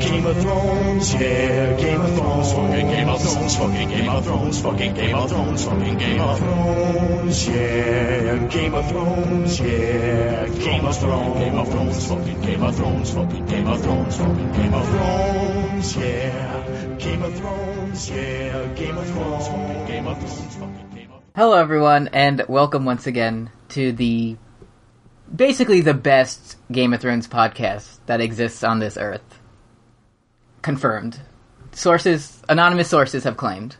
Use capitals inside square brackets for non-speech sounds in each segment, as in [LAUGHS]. Game of Thrones, yeah, Game of Thrones, Fucking Game of Thrones, fucking Game of Thrones, fucking Game of Thrones, fucking Game of Thrones. Thrones, yeah, Game of Thrones, yeah, Game of Thrones, Game of Thrones, fucking Game of Thrones, fucking Game of Thrones, fucking Game of Thrones. Thrones, yeah, Game of Thrones, yeah, Game of Thrones, fucking Game of Thrones, fucking Game of Hello, everyone, and welcome once again to the basically the best Game of Thrones podcast that exists on this earth. Confirmed. Sources, anonymous sources have claimed.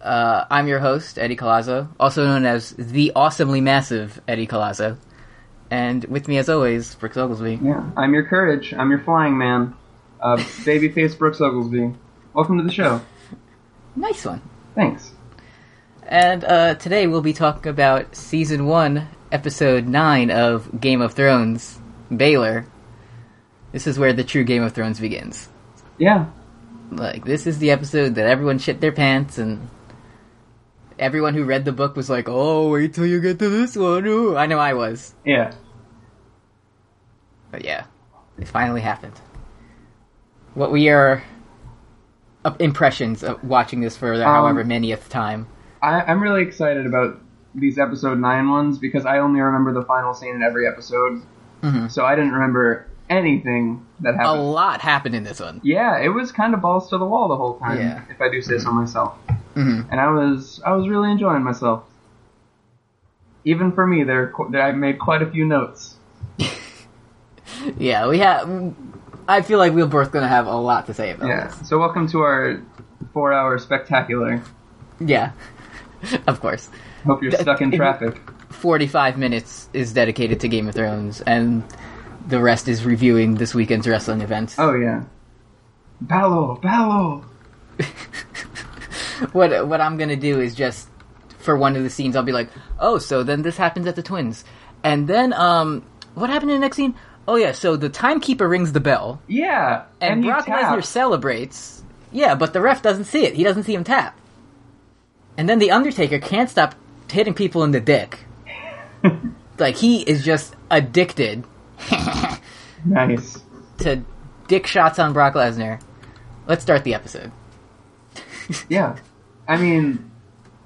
Uh, I'm your host, Eddie Colazzo, also known as the awesomely massive Eddie Colazzo. And with me, as always, Brooks Oglesby. Yeah, I'm your courage. I'm your flying man. Uh, babyface Brooks Oglesby. Welcome to the show. Nice one. Thanks. And uh, today we'll be talking about season one, episode nine of Game of Thrones, Baylor. This is where the true Game of Thrones begins. Yeah, Like, this is the episode that everyone shit their pants, and everyone who read the book was like, "Oh, wait till you get to this one." Ooh. I know I was, yeah. but yeah, it finally happened. What were your uh, impressions of watching this for the Um, however manyth time? I, I'm really excited about these episode nine ones because I only remember the final scene in every episode, Mhm. so I didn't remember anything that A happened. lot happened in this one. yeah, it was kind of balls to the wall the whole time, Yeah. if I do say so myself. Mhm. And I was I was really enjoying myself. Even for me, there qu- there- I made quite a few notes. Yeah, we have. I feel like we're both going to have a lot to say about Yeah. this. So welcome to our four-hour spectacular. Yeah, [LAUGHS] of course. Hope you're stuck in traffic. Forty-five minutes is dedicated to Game of Thrones, and the rest is reviewing this weekend's wrestling events. Oh yeah. Ballo, Ballo. What what I'm going to do is just for one of the scenes, I'll be like, "Oh, so then this happens at the twins," and then um, what happened in the next scene? Oh yeah, so the timekeeper rings the bell, Yeah. and, you Brock tap. Lesnar celebrates. Yeah, but the ref doesn't see it. He doesn't see him tap. And then the Undertaker can't stop hitting people in the [LAUGHS] dick. like he is just addicted Nice. to dick shots on Brock Lesnar. Let's start the episode. Yeah. I mean,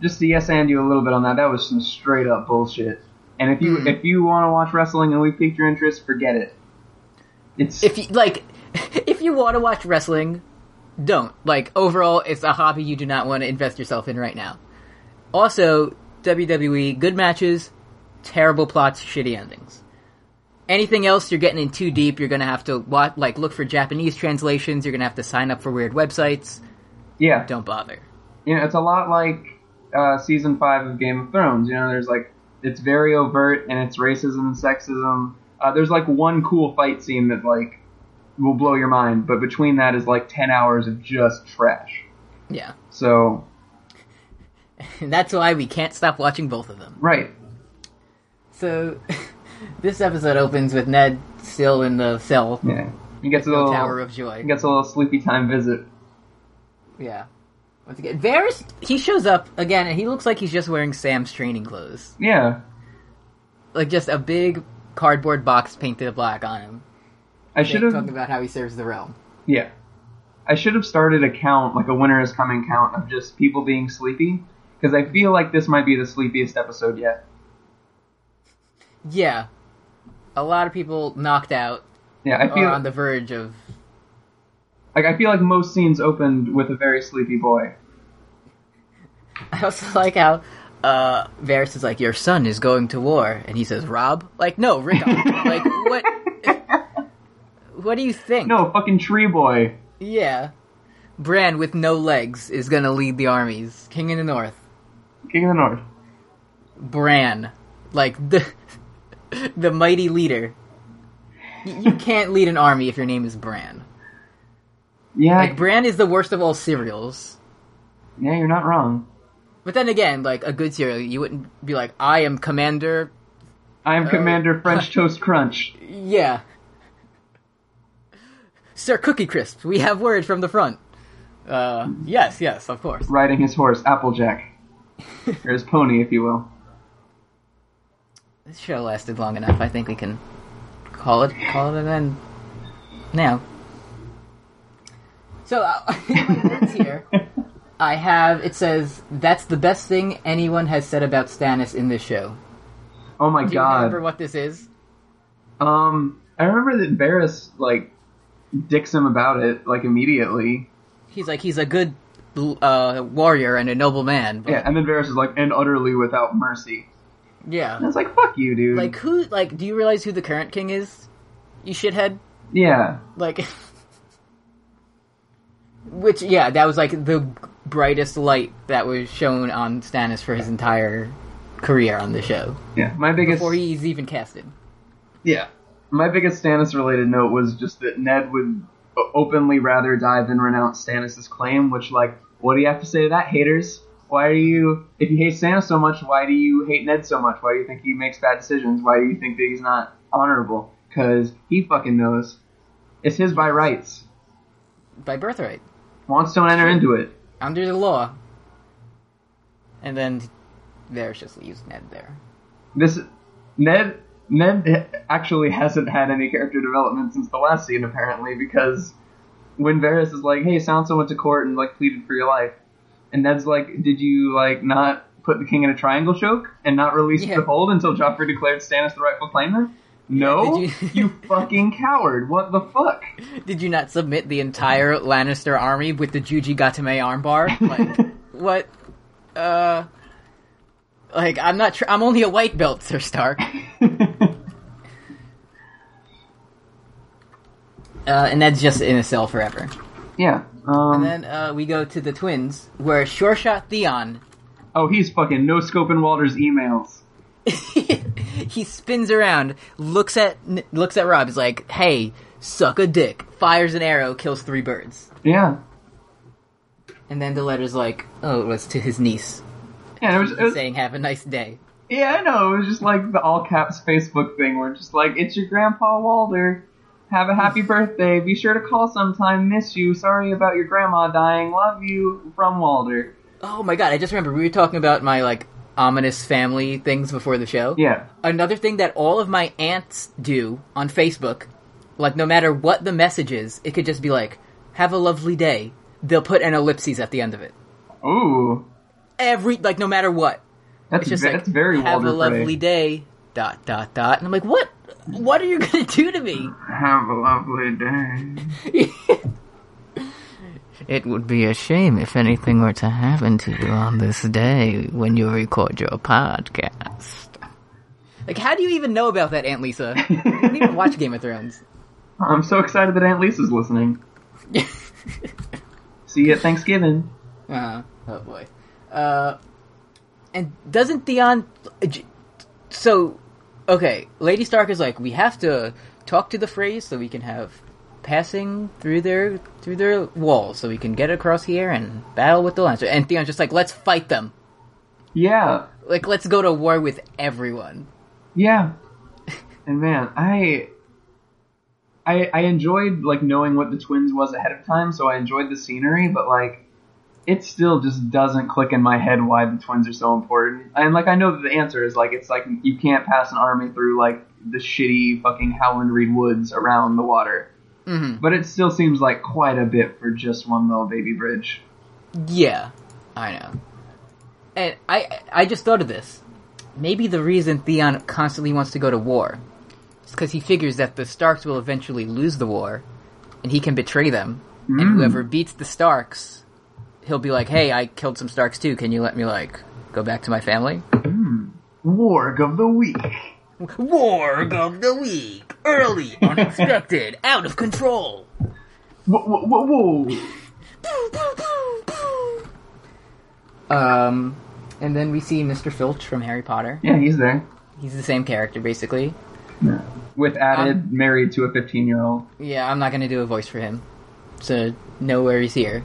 just to yes and you a little bit on that. That was some straight up bullshit. And if Hmm. you if you want to watch wrestling and we piqued your interest, forget it. It's If you like, [LAUGHS] if you want to watch wrestling, don't. Like overall, it's a hobby you do not want to invest yourself in right now. Also, WWE good matches, terrible plots, shitty endings. Anything else you're getting in too deep, you're gonna have to wa like look for Japanese translations. You're gonna have to sign up for weird websites. yeah. Don't bother. you know, it's a lot like uh, season five of Game of Thrones. You know, there's like it's very overt and it's racism and sexism. Uh, there's like one cool fight scene that like will blow your mind, but between that is like ten hours of just trash. Yeah, [LAUGHS] So and that's why we can't stop watching both of them. right, So, [LAUGHS] this episode opens with Ned still in the cell, yeah, he gets a the little Tower of Joy. he gets a little sleepy time visit. Yeah. Once again, Varys, he shows up again, and he looks like he's just wearing Sam's training clothes. Yeah, Like, just a big cardboard box painted black on him. I They should talk have. about how he serves the realm. Yeah, I should have started a count like a winter is coming count of just people being sleepy because I feel like this might be the sleepiest episode yet. Yeah. A lot of people knocked out Yeah, I or feel on the verge of. [LAUGHS] Like I feel like most scenes opened with a very sleepy boy. I also like how uh, Varys is like, Your son is going to war. And he says, Rob? Like, no, Rickon. [LAUGHS] like, what. [LAUGHS] What do you think? No, fucking tree boy. Yeah. Bran with no legs is gonna lead the armies. King in the North. King of the North. Bran. Like the the mighty leader. Y- You can't lead an army if your name is Bran. Yeah, Like Bran is the worst of all cereals. yeah, you're not wrong. But then again, like a good cereal, you wouldn't be like, I am commander I am [LAUGHS] Commander French Toast Crunch. Yeah. Sir Cookie Crisp, we have word from the front. Uh yes, yes, of course. Riding his horse, Applejack. Or his pony, if you will. This show lasted long enough. I think we can call it call it an end now. So uh, [LAUGHS] in my notes here, I have it says that's the best thing anyone has said about Stannis in this show. Oh my Do you god. remember what this is? Um, I remember that Varys like dicks him about it like immediately. He's like he's a good uh, warrior and a noble man. But Yeah, and then Varys is like, and utterly without mercy. yeah. And it's like, fuck you, dude. Like who? Like do you realize who the current king is? You shithead. yeah, Like, which yeah, that was like the brightest light that was shown on Stannis for his entire career on the show yeah. My biggest, before he's even casted. yeah, my biggest Stannis-related note was just that Ned would o- openly rather die than renounce Stannis' claim. Which, like, what do you have to say to that, haters? Why do you, if you hate Stannis so much, why do you hate Ned so much? Why do you think he makes bad decisions? Why do you think that he's not honorable? Because he fucking knows. It's his by rights. by birthright Wants don't enter into it. under the law. And then there's just leaves Ned there. This Ned Ned actually hasn't had any character development since the last scene apparently because when Varys is like, "Hey, Sansa went to court and like pleaded for your life," and Ned's like, "Did you like not put the king in a triangle choke and not release Yeah. the hold until Joffrey declared Stannis the rightful claimant?" No, did you- [LAUGHS] you... fucking coward! What the fuck? [LAUGHS] Did you not submit the entire Lannister army with the Juji Gatame [LAUGHS] armbar? Like what? Uh, like I'm not. Tr- I'm only a white belt, Sir Stark. [LAUGHS] Uh, and that's just in a cell forever. Yeah. And Um, then uh, we go to the twins, where Sure Shot Theon [LAUGHS] oh, he's fucking no scoping Walter's emails. he spins around, looks at looks at Rob. He's like, "Hey, suck a dick." Fires an arrow, kills three birds. Yeah. And then the letter's like, "Oh, it was to his niece, Yeah, it was, it was saying have a nice day." Yeah, I know. It was just like the all caps Facebook thing where it's just like, it's your grandpa Walder. Have [LAUGHS] a happy birthday. Be sure to call sometime. Miss you. Sorry about your grandma dying. Love you from Walder. Oh my god, I just remember we were talking about my like ominous family things before the show. Yeah. Another thing that all of my aunts do on Facebook, like no matter what the message is, it could just be like, "Have a lovely day." They'll put an ellipses at the end of it. Ooh. Every like no matter what. That's, It's just ve- like that's very have Walder. a lovely day. day. Dot dot dot. And I'm like, what? What are you gonna do to me? Have a lovely day. [LAUGHS] It would be a shame if anything were to happen to you on this day when you record your podcast. Like, how do you even know about that, Aunt Lisa? You didn't even watch Game of Thrones. [LAUGHS] I'm so excited that Aunt Lisa's [LAUGHS] listening. See you at Thanksgiving. Uh, oh boy. Uh, and doesn't Theon? So, okay, Lady Stark is like, we have to talk to the phrase so we can have passing through their through their wall, so we can get across here and battle with the Lannister. And Theon's just like, let's fight them. Yeah. Like, let's go to war with everyone. Yeah. And man, I I I enjoyed like knowing what the twins was ahead of time, so I enjoyed the scenery, but like it still just doesn't click in my head why the twins are so important. And like I know that the answer is like it's like you can't pass an army through like the shitty fucking Howland Reed woods around the water. Mhm. But it still seems like quite a bit for just one little baby bridge. Yeah, I know. And I I just thought of this. Maybe the reason Theon constantly wants to go to war is because he figures that the Starks will eventually lose the war, and he can betray them. And whoever beats the Starks, he'll be like, "Hey, I killed some Starks too. Can you let me like go back to my family?" Warg of the week. Warg of the week, [LAUGHS] early, unexpected, out of control. Whoa, whoa, whoa, whoa. Um, and then we see Mr. Filch from Harry Potter. Yeah, he's there. He's the same character, basically. With added Um, married to a 15 year old. Yeah, I'm not gonna do a voice for him. So no worries here.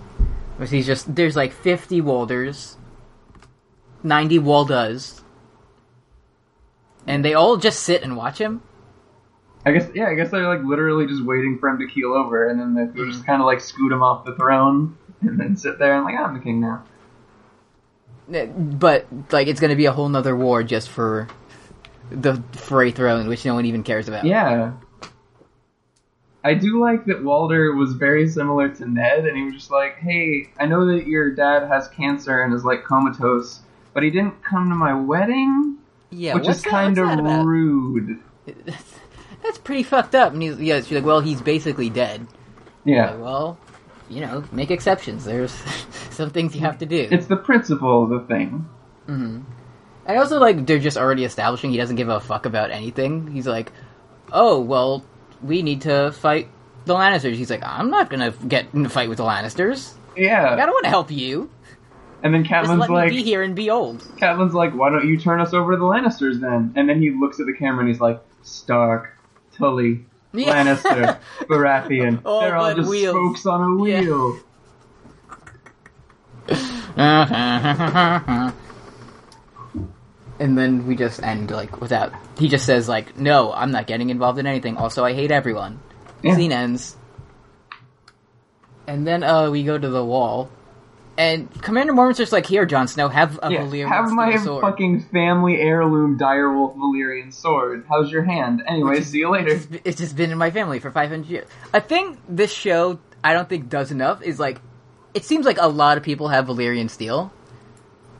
But he's just there's like fifty Walders, ninety Waldas. And they all just sit and watch him. I guess yeah, I guess they're like literally just waiting for him to keel over, and then they just kind of like scoot him off the throne, and then sit there and like I'm the king now. Uh, But like it's gonna be a whole nother war just for the Frey throne, which no one even cares about. Yeah, I do like that Walder was very similar to Ned, and he was just like, "Hey, I know that your dad has cancer and is like comatose, but he didn't come to my wedding, Yeah, which what's is that- kind what's that of about? rude." That's, [LAUGHS] that's pretty fucked up. And he's, yeah, she's like, well, he's basically dead. Yeah, Like, well, you know, make exceptions. There's [LAUGHS] some things you have to do. it's the principle of the thing. I also like they're just already establishing he doesn't give a fuck about anything. He's like, oh well, we need to fight the Lannisters. He's like, I'm not gonna get in a fight with the Lannisters. Like, I Yeah, don't want to help you. and then Just Catelyn's let like, me be here and be old. Catelyn's like, why don't you turn us over to the Lannisters then? And then he looks at the camera and he's like, Stark, Tully, Yeah. [LAUGHS] Lannister, Baratheon. All They're all but just wheels." spokes on a Yeah. wheel. [LAUGHS] and then we just end like without. He just says like, no, I'm not getting involved in anything. Also, I hate everyone. Yeah. Scene ends. And then uh, we go to the wall. And Commander Mormon's just like, here, Jon Snow, have a Yeah, Valyrian Have steel my sword. fucking family heirloom direwolf Valyrian sword. How's your hand? Anyway, see you later. It's, it's just been in my family for 500 years. I think this show, I don't think does enough, is like, it seems like a lot of people have Valyrian steel.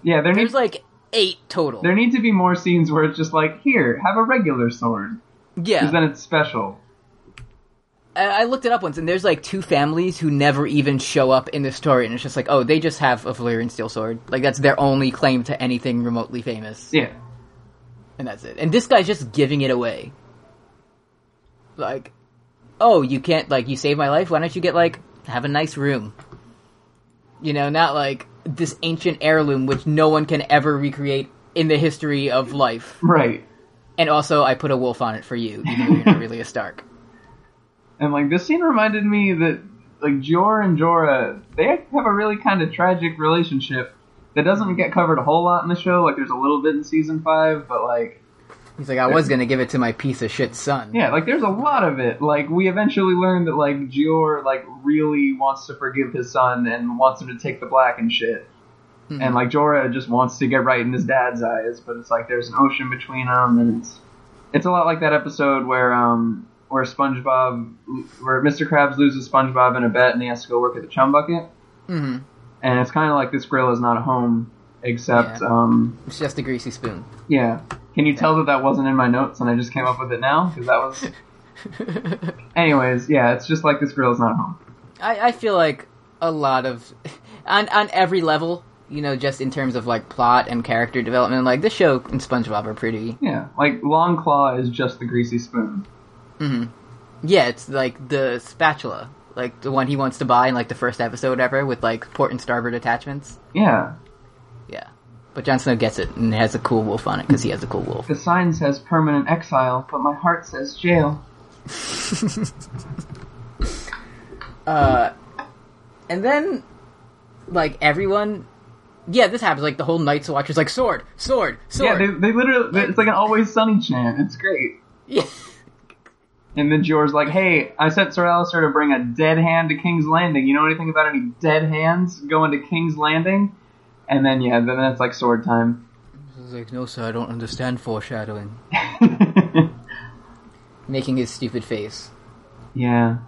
Yeah, there needs There's like eight total. there need to be more scenes where it's just like, here, have a regular sword, yeah. because then it's special. I I looked it up once, and there's like two families who never even show up in the story, and it's just like, oh, they just have a Valyrian steel sword. Like that's their only claim to anything remotely famous, Yeah, and that's it. And this guy's just giving it away. Like, oh, you can't like you saved my life. Why don't you get like have a nice room? You know, not like this ancient heirloom which no one can ever recreate in the history of life. right. And also, I put a wolf on it for you, even though you're not really a Stark. And like this scene reminded me that like Jor and Jorah, they have a really kind of tragic relationship that doesn't get covered a whole lot in the show. Like there's a little bit in season five, but like He's like, I was gonna give it to my piece of shit son. yeah, like there's a lot of it. Like we eventually learn that like Jor like really wants to forgive his son and wants him to take the black and shit. And like Jorah just wants to get right in his dad's eyes, but it's like there's an ocean between them, and it's it's a lot like that episode where um where SpongeBob where Mr. Krabs loses SpongeBob in a bet and he has to go work at the Chum Bucket, hmm and it's kind of like this grill is not a home, except Yeah. um It's just a greasy spoon. [LAUGHS] yeah. Can you tell that that wasn't in my notes and I just came up with it now because that was. Anyways, yeah, it's just like this grill is not a home. I, I feel like a lot of [LAUGHS] on on every level, you know, just in terms of like plot and character development, like this show and SpongeBob are pretty. Yeah, like Long Claw is just the greasy spoon. Yeah, it's like the spatula, like the one he wants to buy in like the first episode ever, with like port and starboard attachments. Yeah, Yeah, but Jon Snow gets it and has a cool wolf on it because he has a cool wolf. The sign says permanent exile, but my heart says jail. And then, like everyone, yeah, this happens. Like the whole Night's Watch is like sword, sword, sword. Yeah, they, they literally, it's like an always sunny chant. It's great. [LAUGHS] Yeah. And then Jor's like, hey, I sent Sir Alistair to bring a dead hand to King's Landing. You know anything about any dead hands going to King's Landing? And then, yeah, then it's like sword time. [LAUGHS] He's like, no, sir, I don't understand foreshadowing. Making his stupid face. yeah.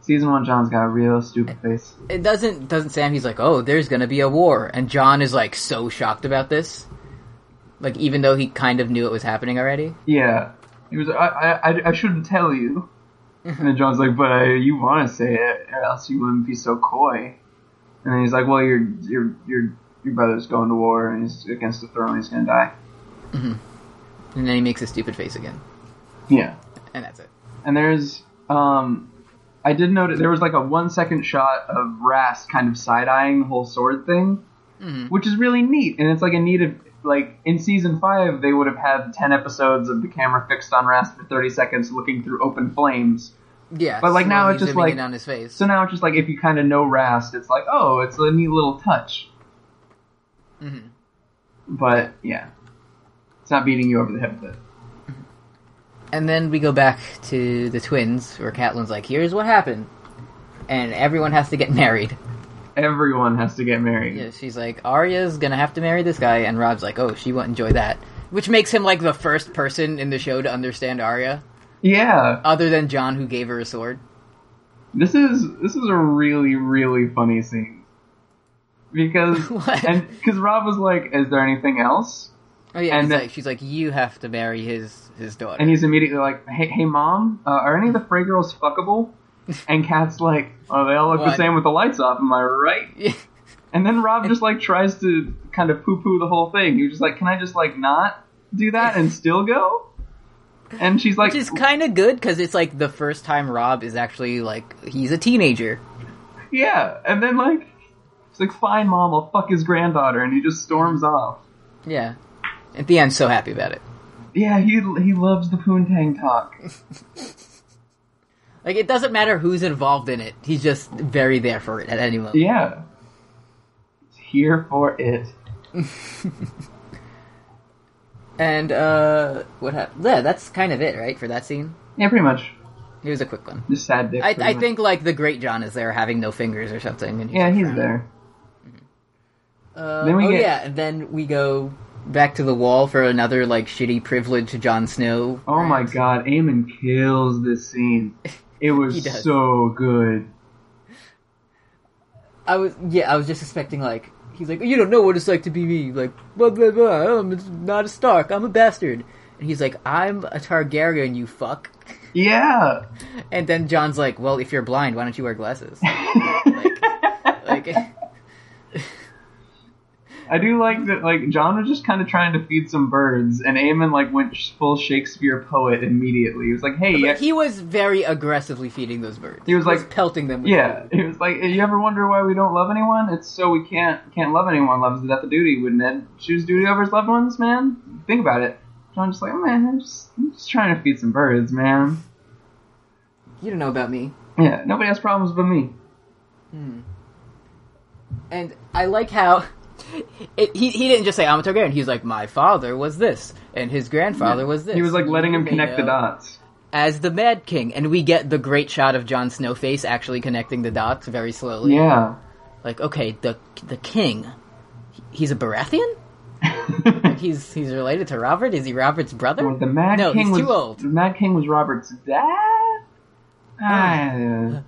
Season 1 John's got a real stupid face. It doesn't doesn't Sam. He's like, oh, there's gonna be a war, and John is like so shocked about this. Like, even though he kind of knew it was happening already. Yeah. He was, I, I, I- I shouldn't tell you. And then John's like, but I, you want to say it, or else you wouldn't be so coy. And then he's like, well, your your your your brother's going to war, and he's against the throne, he's gonna die. And then he makes a stupid face again, Yeah. and that's it. And there's, um, I did notice there was like a one second shot of Rast kind of side eyeing the whole sword thing, which is really neat. And it's like a neat, of- like in season five, they would have had ten episodes of the camera fixed on Rast for thirty seconds, looking through open flames. Yeah, But, like, now slowly it's just, zooming like- in on his face. So now it's just like if you kind of know Rast, it's like oh, it's a neat little touch. Mm-hmm. But yeah, it's not beating you over the head with it. And then we go back to the twins, where Catelyn's like, here's what happened, and everyone has to get [LAUGHS] married. Everyone has to get married. Yeah, she's like, Arya's gonna have to marry this guy, and Rob's like, oh, she won't enjoy that. Which makes him like the first person in the show to understand Arya, Yeah, other than John, who gave her a sword. This is this is a really really funny scene because [LAUGHS] What? and because Rob was like, "Is there anything else?" Oh yeah, And he's the- like, she's like, you have to marry his his daughter. [LAUGHS] And he's immediately like, "Hey, hey, mom, uh, are any of the Frey girls [LAUGHS] fuckable?" And Kat's like, "Oh, they all look What? the same with the lights off. Am I right?" And then Rob just like tries to kind of poo poo the whole thing. You're just like, "Can I just like not do that and still go?" And she's like, Which is kind of good because it's like the first time Rob is actually like he's a teenager. Yeah, and then like, it's like, fine, mom, I'll fuck his granddaughter, and he just storms off. Yeah. At the end, so happy about it. Yeah, he he loves the poontang talk. Like it doesn't matter who's involved in it. He's just very there for it at any moment. Yeah, He's here for it. And uh, what happened? Yeah, that's kind of it, right? For that scene, Yeah, pretty much. it was a quick one. Just sad dick. I, pretty I much. think like the Great John is there having no fingers or something. And Yeah, like, he's frowning. there. Uh, Then we oh get- yeah, and then we go back to the wall for another like shitty privilege Jon Snow. Oh my rant. god, Aemon kills [LAUGHS] this scene. It He was does. so good. I was yeah, I was just expecting like he's like you don't know what it's like to be me, like blah blah blah. I'm not a Stark. I'm a bastard. And he's like I'm a Targaryen, you fuck. Yeah. And then John's like, well, if you're blind, why don't you wear glasses? Oh [LAUGHS] like, I do like that. Like John was just kind of trying to feed some birds, and Aemon like went sh- full Shakespeare poet immediately. He was like, "Hey, yeah, he was very aggressively feeding those birds. He was like- pelting them. With Yeah, food. it was like you ever wonder why we don't love anyone? It's so we can't can't love anyone. Love is the death of duty. Would Ned choose duty over his loved ones, man? Think about it. John just like man, I'm just, I'm just trying to feed some birds, man. you don't know about me. Yeah, nobody has problems but me. And I like how [LAUGHS] it, he he didn't just say I'm a Targaryen. He was like, my father was this, and his grandfather was this. He was like You letting him may connect the know dots. as the Mad King, and we get the great shot of Jon Snowface actually connecting the dots very slowly. Yeah, [LAUGHS] Like, okay, the the king, he's a Baratheon. He's he's related to Robert. Is he Robert's brother? Well, the Mad no, King he's was too old. the Mad King was Robert's dad. Ah,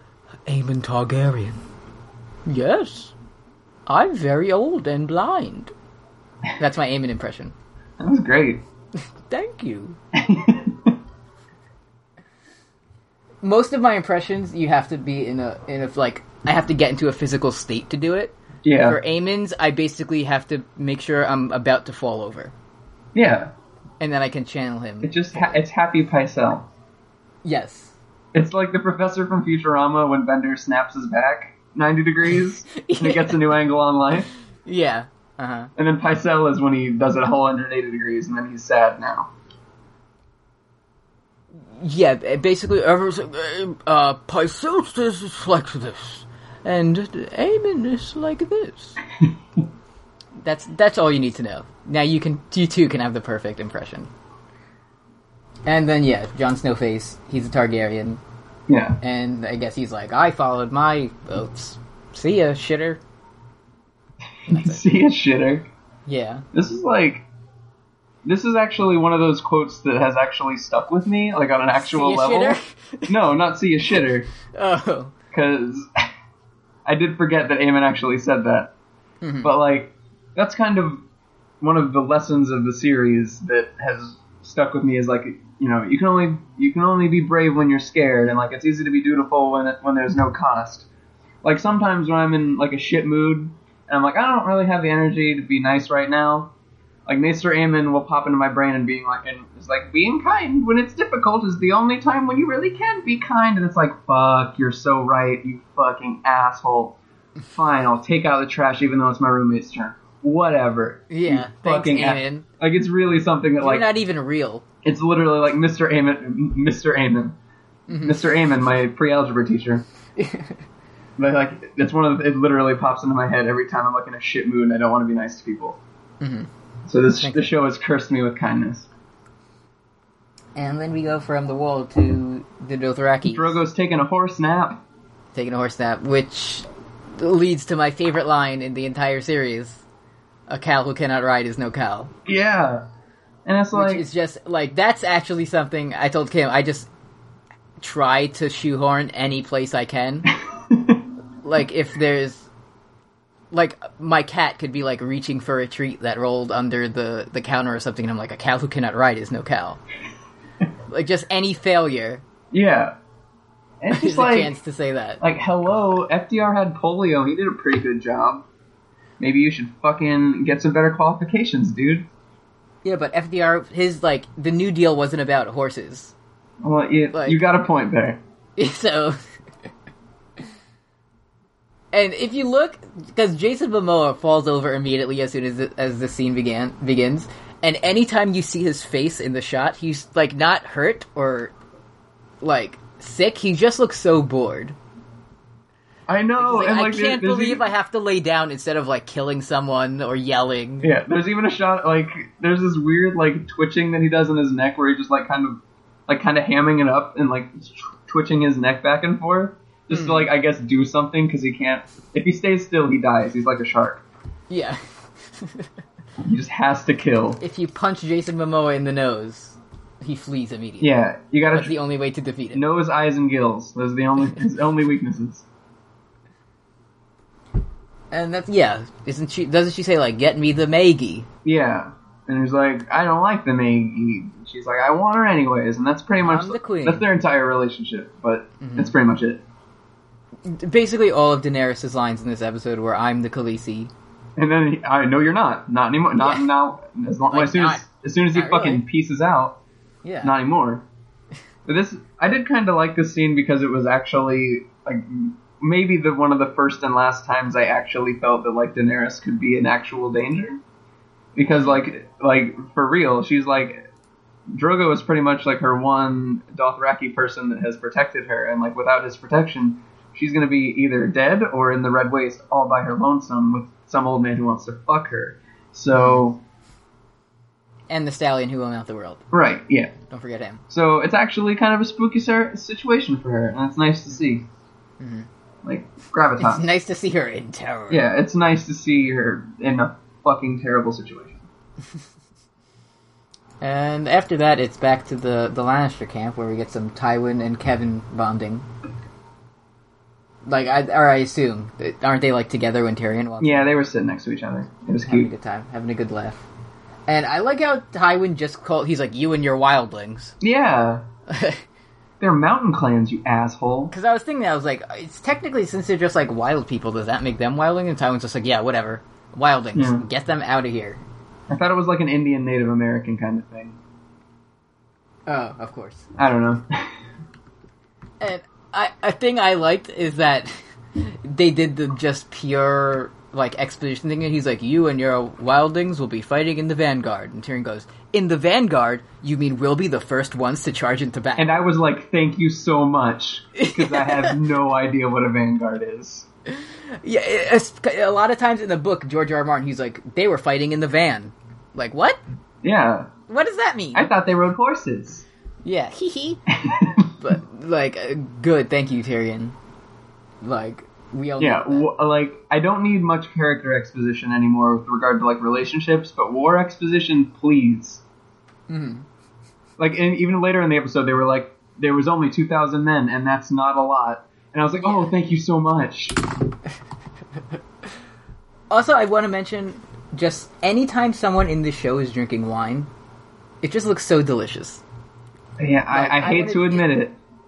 Aemon Targaryen. Yes, I'm very old and blind. That's my Aemon impression. that [LAUGHS] was great. Thank you. Most of my impressions, you have to be in a in a like I have to get into a physical state to do it. yeah, For Aemon's, I basically have to make sure I'm about to fall over, yeah. and then I can channel him. It just ha- it's Happy Picel. Yes. It's like the professor from Futurama when Bender snaps his back 90 degrees [LAUGHS] and Yeah. he gets a new angle on life. Yeah. Uh huh. And then Picel is when he does it a whole 180 degrees and then he's sad now. Yeah. ba- Basically, everything. Uh, Pisces is like this, and Aemon is like this. that's that's all you need to know. Now you can you too can have the perfect impression. And then yeah, Jon Snowface, he's a Targaryen, Yeah. and I guess he's like, I followed my oaths. See ya, shitter. [LAUGHS] See a shitter. Yeah. This is like. This is actually one of those quotes that has actually stuck with me, like on an actual See ya, level. shitter? [LAUGHS] No, not see a shitter, Oh. because [LAUGHS] I did forget that Eamon actually said that. But like, that's kind of one of the lessons of the series that has stuck with me is like, you know, you can only you can only be brave when you're scared, and like it's easy to be dutiful when it, when there's no cost. Like sometimes when I'm in like a shit mood, and I'm like, I don't really have the energy to be nice right now. Like Maester Aemon will pop into my brain and being like, and it's like being kind when it's difficult is the only time when you really can be kind, and it's like, fuck, you're so right, you fucking asshole. Fine, I'll take out the trash even though it's my roommate's turn. Whatever. You Yeah, thanks, a- Aemon. like it's really something that You're like not even real. it's literally like Mr. Amon, Mr. Amon, Mm-hmm. Mr. Amon, my [LAUGHS] pre-algebra teacher. but like, it's one of the, it literally pops into my head every time I'm like in a shit mood and I don't want to be nice to people. So this Mm-hmm. Thank the you. show has cursed me with kindness. And then we go from the wall to the Dothraki, Drogo's taking a horse nap. taking a horse nap, which leads to my favorite line in the entire series: "A cow who cannot ride is no cow," Yeah, and it's which like is just like that's actually something I told Kim. I just try to shoehorn any place I can. like if there's like my cat could be like reaching for a treat that rolled under the the counter or something and I'm like a cow who cannot ride is no cow. like just any failure Yeah. [LAUGHS] And it's is just a like, chance to say that. like, hello, FDR had polio. He did a pretty good job. Maybe you should fucking get some better qualifications, dude. Yeah, but FDR his like the New Deal wasn't about horses. [LAUGHS] Well, you, Like- you got a point there. So, and if you look, because Jason Momoa falls over immediately as soon as the, as the scene began begins, and anytime you see his face in the shot, he's like not hurt or like sick. He just looks so bored. Oh, I know. He's like, and like, I there- can't there's believe even- I have to lay down instead of like killing someone or yelling. [LAUGHS] Yeah, there's even a shot like there's this weird like twitching that he does in his neck where he just like kind of like kind of hamming it up and like tw- twitching his neck back and forth just Hmm. to like I guess do something because he can't. If he stays still, he dies. He's like a shark. yeah. [LAUGHS] He just has to kill. if you punch Jason Momoa in the nose, he flees immediately. Yeah, you gotta That's the only way to defeat him. nose, eyes, and gills. Those are [LAUGHS] the only his only weaknesses. And that's yeah. Isn't she? Doesn't she say like, "Get me the Maggie"? Yeah. And he's like, I don't like the Maggie. She's like, I want her anyways, and that's pretty much I'm the queen. Mm-hmm. that's their entire relationship. But that's pretty much it. Basically, all of Daenerys' lines in this episode were, "I'm the Khaleesi." And then he, I no, you're not. Not anymore. Not Yeah. now. As, long, Like, as soon as not- as soon as he not fucking really. pieces out, Yeah, not anymore. But this, I did kind of like this scene because it was actually like m- maybe the one of the first and last times I actually felt that like Daenerys could be an actual danger, because like like for real, she's like Drogo is pretty much like her one Dothraki person that has protected her, and like without his protection, she's gonna be either dead or in the Red Waste all by her lonesome with some old man who wants to fuck her. So and the stallion who will melt the world. right, yeah. Don't forget him. So it's actually kind of a spooky ser- situation for her, and it's nice to see. Like gravitas. It's nice to see her in terror. Uh. yeah, it's nice to see her in a fucking terrible situation. And after that, it's back to the the Lannister camp where we get some Tywin and Kevin bonding. Like I or I assume that- aren't they like together when Tyrion walks? Yeah, they were sitting next to each other. It was Having a cute. good time, having a good laugh. And I like how Tywin just called. He's like, "You and your wildlings." [LAUGHS] Yeah, they're mountain clans, you asshole. Because I was thinking, I was like, it's technically since they're just like wild people, does that make them wildling? And Tywin's just like, yeah, whatever, wildlings, Yeah. get them out of here. I thought it was like an Indian Native American kind of thing. Oh, of course. I don't know. [LAUGHS] And I, a thing I liked is that [LAUGHS] they did the just pure like expedition thing, and he's like, you and your wildlings will be fighting in the vanguard. And Tyrion goes, in the vanguard, you mean we'll be the first ones to charge into battle? and I was like, "Thank you so much," because I have no idea what a vanguard is. Yeah, it- it's, a lot of times in the book, George R. R. Martin, he's like, they were fighting in the van. Like what? Yeah, What does that mean? I thought they rode horses. Yeah, hee [LAUGHS] hee. but like, uh, good. Thank you, Tyrion. Like, we all. Yeah, know that. w- like I don't need much character exposition anymore with regard to like relationships, but war exposition, please. Like, and even later in the episode, they were like, "There was only two thousand men, and that's not a lot." And I was like, "Oh, thank you so much." Also, I want to mention just anytime someone in the show is drinking wine, it just looks so delicious. Yeah, I, I Like, I hate to wanted- admit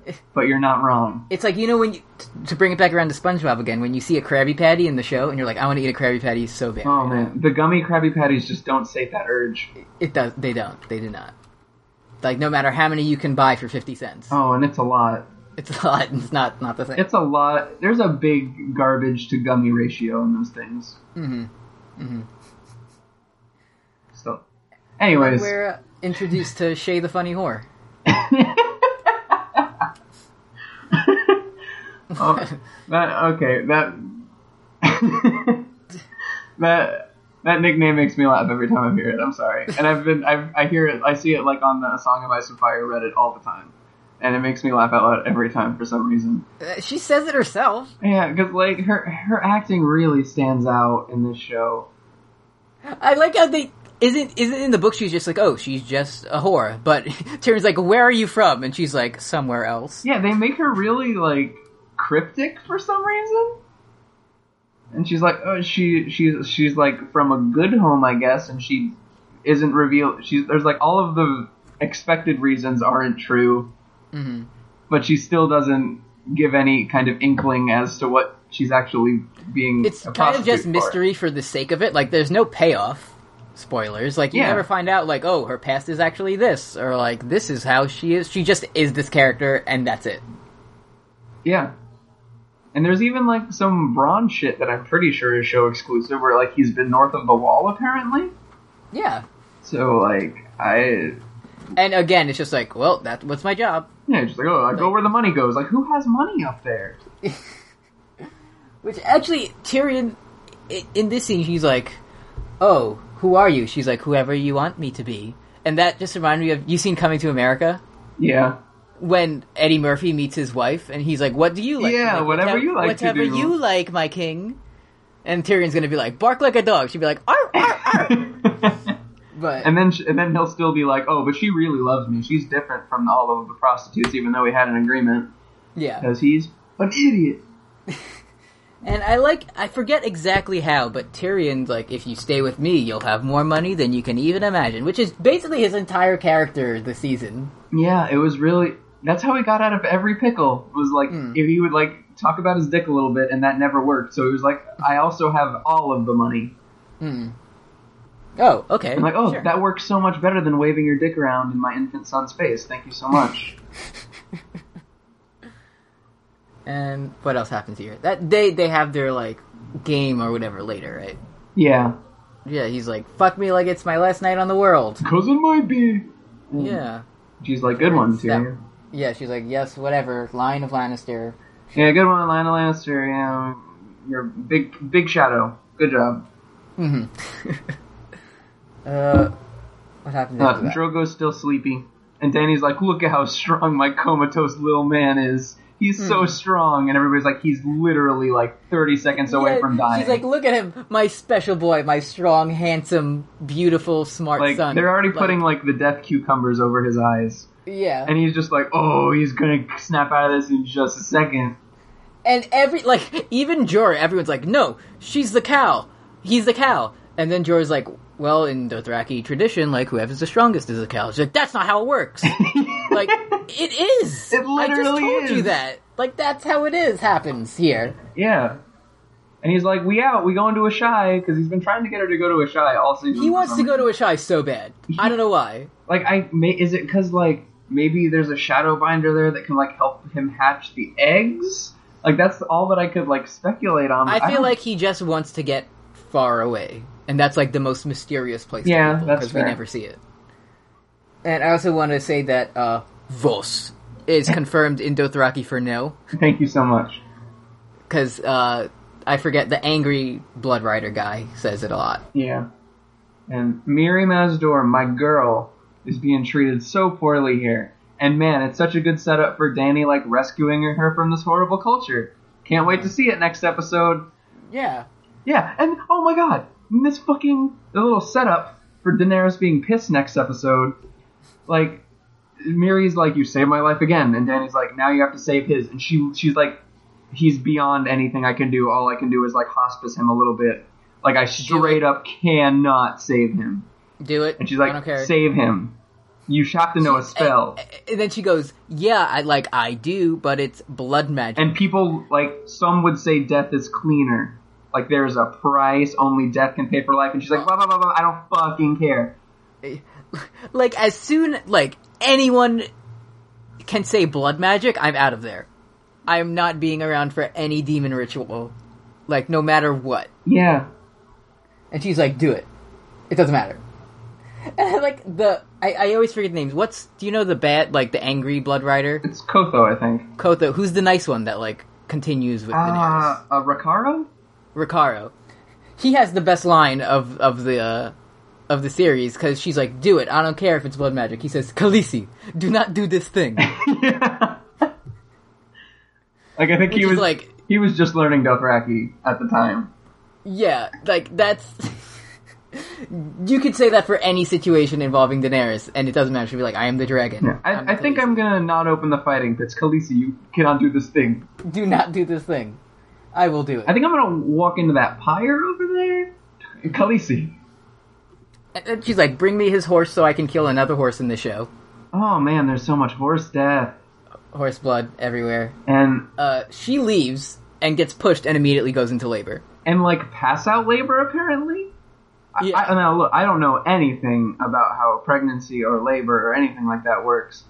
it, but you're not wrong. It's like you know when you t- to bring it back around to SpongeBob again when you see a Krabby Patty in the show and you're like, I want to eat a Krabby Patty so bad. Oh man, the gummy Krabby Patties just don't sate that urge. It does. They don't. They do not. Like no matter how many you can buy for fifty cents, Oh, and it's a lot. it's [LAUGHS] a lot. It's not not the same. It's a lot. There's a big garbage to gummy ratio in those things. Mm-hmm. Mm-hmm. So, anyways, We're uh, introduced to Shay the funny whore. oh, that [LAUGHS] okay. That that that nickname makes me laugh every time I hear it. I'm sorry, and I've been I've, I hear it. I see it like on the Song of Ice and Fire Reddit all the time, and it makes me laugh out loud every time for some reason. Uh, she says it herself. Yeah, because like her her acting really stands out in this show. I like how they isn't isn't in the book she's just like oh she's just a whore but [LAUGHS] Tyrion's like where are you from and she's like somewhere else Yeah, they make her really like cryptic for some reason. And she's like, oh, she she's she's like from a good home, I guess, and she isn't revealed. She's there's like all of the expected reasons aren't true, Mhm. but she still doesn't give any kind of inkling as to what she's actually being. it's a kind of just prostitute for. mystery for the sake of it like there's no payoff spoilers like you Yeah. never find out like oh her past is actually this or like this is how she is she just is this character and that's it Yeah. And there's even like some Braun shit that I'm pretty sure is show exclusive, where like he's been north of the wall apparently. yeah So like I and again it's just like well that what's my job Yeah, just like, oh, I go where the money goes. Like, who has money up there? Which actually, Tyrion, i- in this scene, he's like, "Oh, who are you?" She's like, "Whoever you want me to be." And that just reminded me of you seen Coming to America Yeah. when Eddie Murphy meets his wife, and he's like, "What do you like?" Yeah, She's like, whatever "Whatev- you like to Whatever do." you like, my king. And Tyrion's gonna be like, "Bark like a dog." She'd be like, "Arr, arr, [LAUGHS] arr." [LAUGHS] and But then sh- and then he'll still be like, oh, but she really loves me. She's different from all of the prostitutes, even though we had an agreement. yeah, Because he's an idiot. and I like I forget exactly how, but Tyrion's like, "If you stay with me, you'll have more money than you can even imagine," which is basically his entire character this season. Yeah, it was really. That's how he got out of every pickle. Was like if he would like talk about his dick a little bit, and that never worked. So he was like, I also have all of the money. Oh, okay. I'm like, oh, sure. that works so much better than waving your dick around in my infant son's face. Thank you so much. And what else happens here? That they they have their like game or whatever later, right? [LAUGHS] yeah, Yeah, he's like, "Fuck me like it's my last night on the world." cousin might be. Yeah, She's like, good one, Step. Tyrion. yeah. She's like, "Yes, whatever." Lion of Lannister. Yeah, good one, Lionel Lannister. Yeah, your big, big shadow. Good job. hmm [LAUGHS] uh, what happens Uh, after that? Drogo's still sleepy, and Danny's like, "Look at how strong my comatose little man is. He's Hmm. so strong." And everybody's like, "He's literally like 30 seconds away Yeah, from dying." She's like, "Look at him, my special boy, my strong, handsome, beautiful, smart Like, son." they're already Like, putting like the death cucumbers over his eyes, yeah, and he's just like, "Oh, he's gonna snap out of this in just a second. [LAUGHS] And every like even Jorah, everyone's like, "No, she's the cow. He's the cow." And then Jorah's like, "Well, in Dothraki tradition, like whoever's the strongest is the cow." She's like, "That's not how it [LAUGHS] works." like it is. It literally I just told you is. that. Like that's how it is happens here. Yeah. And he's like, "We out. We going to a shy because he's been trying to get her to go to a shy all season." He for wants some to go to Ashai so bad. I don't know why. like I may is it because like maybe there's a shadow binder there that can like help him hatch the eggs? Like that's all that I could like speculate on. but I feel don't- like he just wants to get far away, and that's like the most mysterious place. to Yeah, people, that's because we fair. never see it. And I also want to say that uh, Vos is confirmed in Dothraki for no, thank you so much. because uh, I forget the angry Blood Rider guy says it a lot. Yeah. And Miri Mazdor, my girl, is being treated so poorly here. And man, it's such a good setup for Danny like rescuing her from this horrible culture. Can't wait to see it next episode. Yeah, Yeah, and oh my god, and this fucking the little setup for Daenerys being pissed next episode, like Miri's like, "You saved my life again," and Danny's like, "Now you have to save his," and she she's like, "He's beyond anything I can do. All I can do is like hospice him a little bit. Like I straight up cannot save him." do it. And she's I don't like, care. "Save him. You have to know a spell." and then she goes, "Yeah, I like I do, but it's blood magic." and people like some would say death is cleaner. Like there's a price only death can pay for life, and she's Oh. like, blah blah blah blah. I don't fucking care. like as soon like anyone can say blood magic, I'm out of there. I'm not being around for any demon ritual, like no matter what. Yeah, And she's like, "Do it. It doesn't matter." [LAUGHS] And like the I, I always forget names. What's do you know the bad like the angry blood rider it's Kotho, I think. Kotho? Who's the nice one that like continues with Uh, Daenerys? uh, Ricaro? Ricaro. He has the best line of of the uh, of the series because she's like, "Do it. I don't care if it's blood magic." He says, "Khaleesi, do not do this thing." yeah. Like I think Which [LAUGHS] he is was like like, he was just learning Dothraki at the time. yeah, like that's [LAUGHS] you could say that for any situation involving Daenerys, and it doesn't matter. She'd be like, "I am the dragon." I, I think I'm gonna not open the fighting pits. Khaleesi, you cannot do this thing. I'm. Do not do this thing. I will do it. I think I'm gonna walk into that pyre over there. And- Khaleesi. and she's like, "Bring me his horse so I can kill another horse in the show." Oh man, there's so much horse death. Horse blood everywhere. And Uh, she leaves and gets pushed and immediately goes into labor. and like pass out labor apparently. Yeah. I, I, now look, I don't know anything about how pregnancy or labor or anything like that works,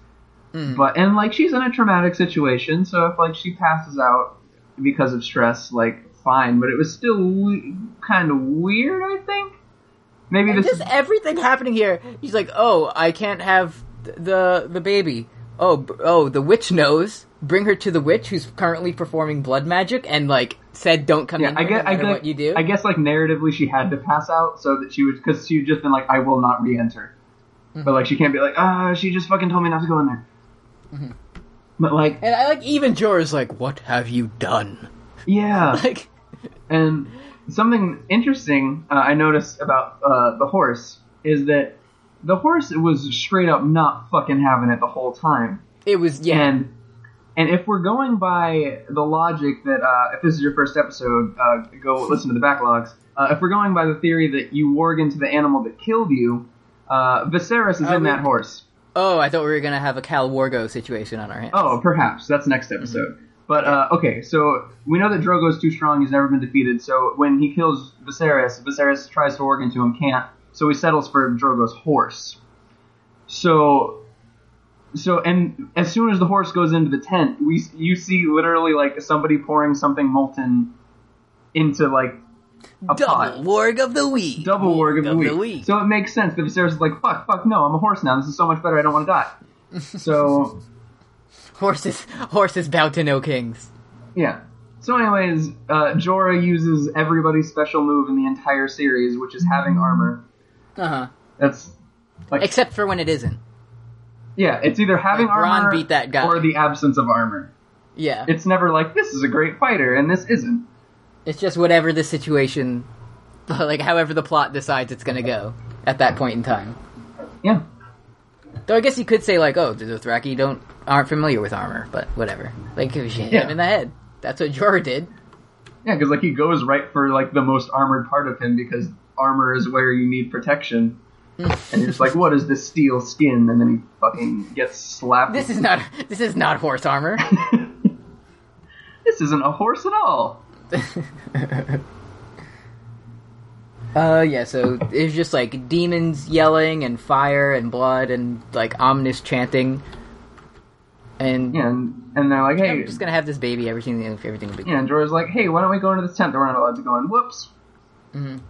Mm. but and like she's in a traumatic situation, so if like she passes out because of stress, like fine, but it was still we- kind of weird. I think maybe this. Just is, everything happening here. He's like, "Oh, I can't have th- the the baby. Oh, b- oh, the witch knows. Bring her to the witch, who's currently performing blood magic, and like said, don't come yeah, in. I here, guess, no I matter guess, what you do. I guess, like narratively, she had to pass out so that she would, because she had just been like, "I will not re-enter," Mm-hmm. but like she can't be like, "Ah, she just fucking told me not to go in there." Mm-hmm. But like, and I like even Jorah's like, "What have you done?" [LAUGHS] yeah, Like, And something interesting uh, I noticed about uh, the horse is that the horse was straight up not fucking having it the whole time. it was yeah. And and if we're going by the logic that uh, if this is your first episode, uh, go listen to the backlogs. Uh, if we're going by the theory that you warg into the animal that killed you, uh, Viserys is Oh, in that we- horse. oh, I thought we were gonna have a Cal Wargo situation on our hands. Oh, perhaps that's next episode. But uh, okay, so we know that Drogo's too strong. He's never been defeated. So when he kills Viserys, Viserys tries to work into him, can't. So he settles for Drogo's horse. So, so and as soon as the horse goes into the tent, we you see literally like somebody pouring something molten into like a pot. double Warg of the week. Double work of the week. So it makes sense that Viserys is like, fuck, fuck, no, I'm a horse now. This is so much better. I don't want [LAUGHS] to die. So horses, horses bow to no kings. Yeah. So, anyways, uh, Jorah uses everybody's special move in the entire series, which is having armor. Uh huh. That's like, Except for when it isn't. yeah, it's either having Like, Bronn armor beat that guy. or the absence of armor. Yeah. It's never like this is a great fighter and this isn't. It's just whatever the situation, [LAUGHS] like however the plot decides it's going to go at that point in time. Yeah. Though I guess you could say like, oh, the Dothraki don't aren't familiar with armor, but whatever. Like if you hit Yeah. him in the head. That's what Jorah did. Yeah, because like he goes right for like the most armored part of him because armor is where you need protection. and you're just like, what is this steel skin? And then he fucking gets slapped. This is not [LAUGHS] this is not horse armor. [LAUGHS] this isn't a horse at all. uh yeah, so it's just like demons yelling and fire and blood and like ominous chanting. And Yeah, and, and they're like, hey, I'm just gonna have this baby. Everything, everything will be. Yeah, and Jorah's like, hey, why don't we go into this tent that we're not allowed to go in? Whoops.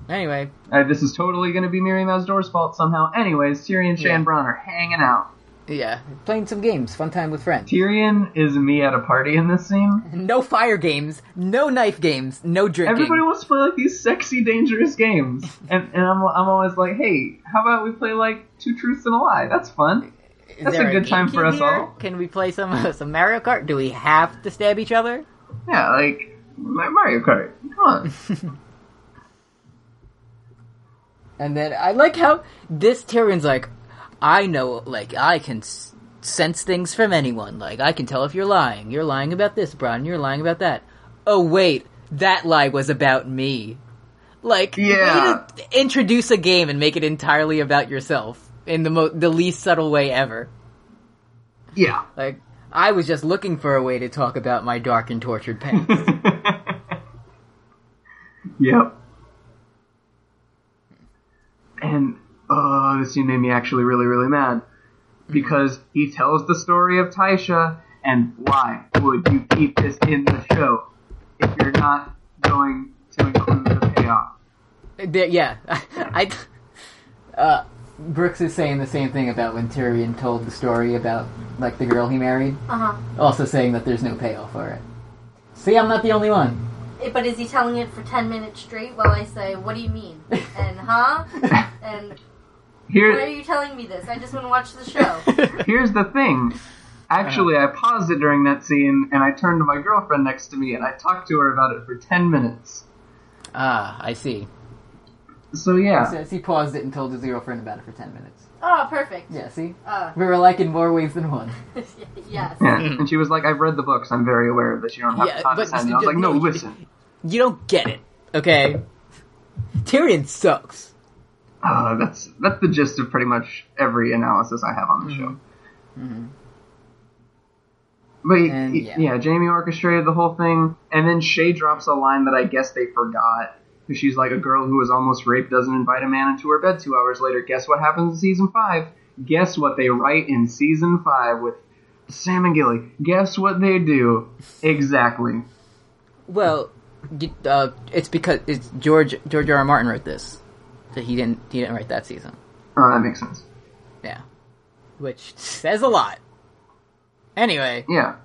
Anyway, Uh, this is totally going to be Miriam Azdor's fault somehow. Anyways, Tyrion, Shay, Yeah. and Bronn are hanging out. yeah, playing some games, fun time with friends. Tyrion is me at a party in [LAUGHS] this scene. No fire games, no knife games, no drinking. Everybody wants to play like these sexy, dangerous games, [LAUGHS] and, and I'm, I'm always like, hey, how about we play like Two Truths and a Lie? That's fun. Is that's there a good time GameCube for us here? all. Can we play some [LAUGHS] some Mario Kart? Do we have to stab each other? Yeah, like Ma- Mario Kart. Come [LAUGHS] on. And then I like how this Tyrion's like, I know, like I can s- sense things from anyone. Like I can tell if you're lying. You're lying about this, Bron. You're lying about that. Oh wait, that lie was about me. Like you Yeah. need to introduce a game and make it entirely about yourself in the mo- the least subtle way ever. yeah. Like I was just looking for a way to talk about my dark and tortured [LAUGHS] past. [LAUGHS] Yep. And oh, this scene made me actually really, really mad because he tells the story of Taisha, and why would you keep this in the show if you're not going to include the payoff? There, yeah, [LAUGHS] I. Uh, Brooks is saying the same thing about when Tyrion told the story about like the girl he married. Uh Also saying that there's no payoff for it. See, I'm not the only one. [LAUGHS] huh. Eh, But is he telling it for ten minutes straight while I say, "What do you mean?" and huh? And why are Here, you telling me this? I just want to watch the [LAUGHS] show. here's the thing. Actually, I paused it during that scene, and I turned to my girlfriend next to me, and I talked to her about it for ten minutes. ah, I see. So yeah, says he paused it and told his girlfriend about it for ten minutes. Oh, perfect. Yeah, see, Uh, [LAUGHS] we were like in more ways than one. yes. yeah. And she was like, "I've read the books. I'm very aware of this. You don't have Mm-hmm. Yeah, to but- condescend." And I was like, no, "No, you- listen. You don't get it, okay? Tyrion sucks. Uh, that's that's the gist of pretty much every analysis I have on the show. But Mm-hmm. And, y- yeah. yeah. Jamie orchestrated the whole thing, and then Shay drops a line that I guess they forgot. 'Cause She's like, a girl who was almost raped doesn't invite a man into her bed two hours later. Guess what happens in season five? Guess what they write in season five with Sam and Gilly? Guess what they do? Exactly. Well, you- uh, it's because it's George George R. R. Martin wrote this. That he didn't he didn't write that season. Oh, that makes sense. Yeah, which says a lot. Anyway, Yeah.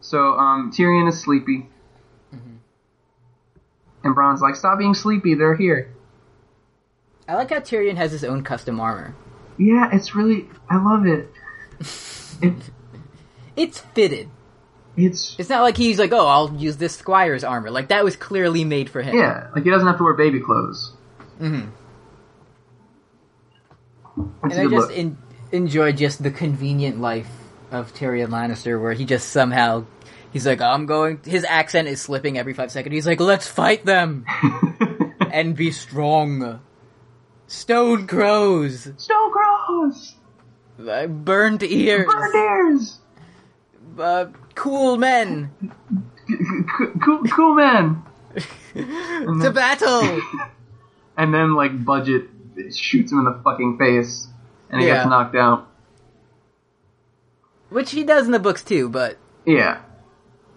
So um, Tyrion is sleepy, Mm-hmm. and Bronn's like, "Stop being sleepy. They're here." I like how Tyrion has his own custom armor. Yeah, it's really. I [LAUGHS] love it. it It's fitted. it's It's not like he's like, oh, I'll use this squire's armor. Like that was clearly made for him. yeah, like he doesn't have to wear baby clothes. Mhm. It's and a I good just look. en enjoy just the convenient life of Tyrion Lannister, where he just somehow he's like, I'm going. His accent is slipping every five seconds. He's like, let's fight them and be strong. Stone crows, [LAUGHS] Snow crows, uh, burned ears, burned ears, uh, cool [LAUGHS] men cool, cool man. to battle. And then like budget shoots him in the fucking face, and he Yeah. gets knocked out. Which he does in the books too, but Yeah,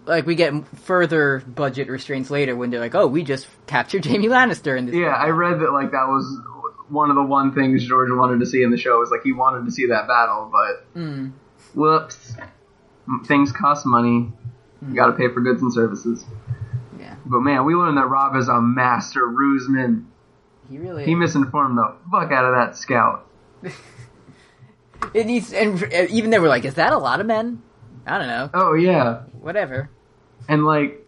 like we get m- further budget restraints later when they're like, "Oh, we just captured Jamie Lannister in this." Yeah, I read that like that was one of the one things George wanted to see in the show was like he wanted to see that battle, but Mm. whoops, M- things cost money. You got to pay for goods and services. Mm. Yeah. But man, we learned that Rob is a master ruseman. He really. He misinformed the fuck out of that scout. and, he's, and uh, even they were like, "Is that a lot of men?" I don't know. Oh yeah, Whatever. and like.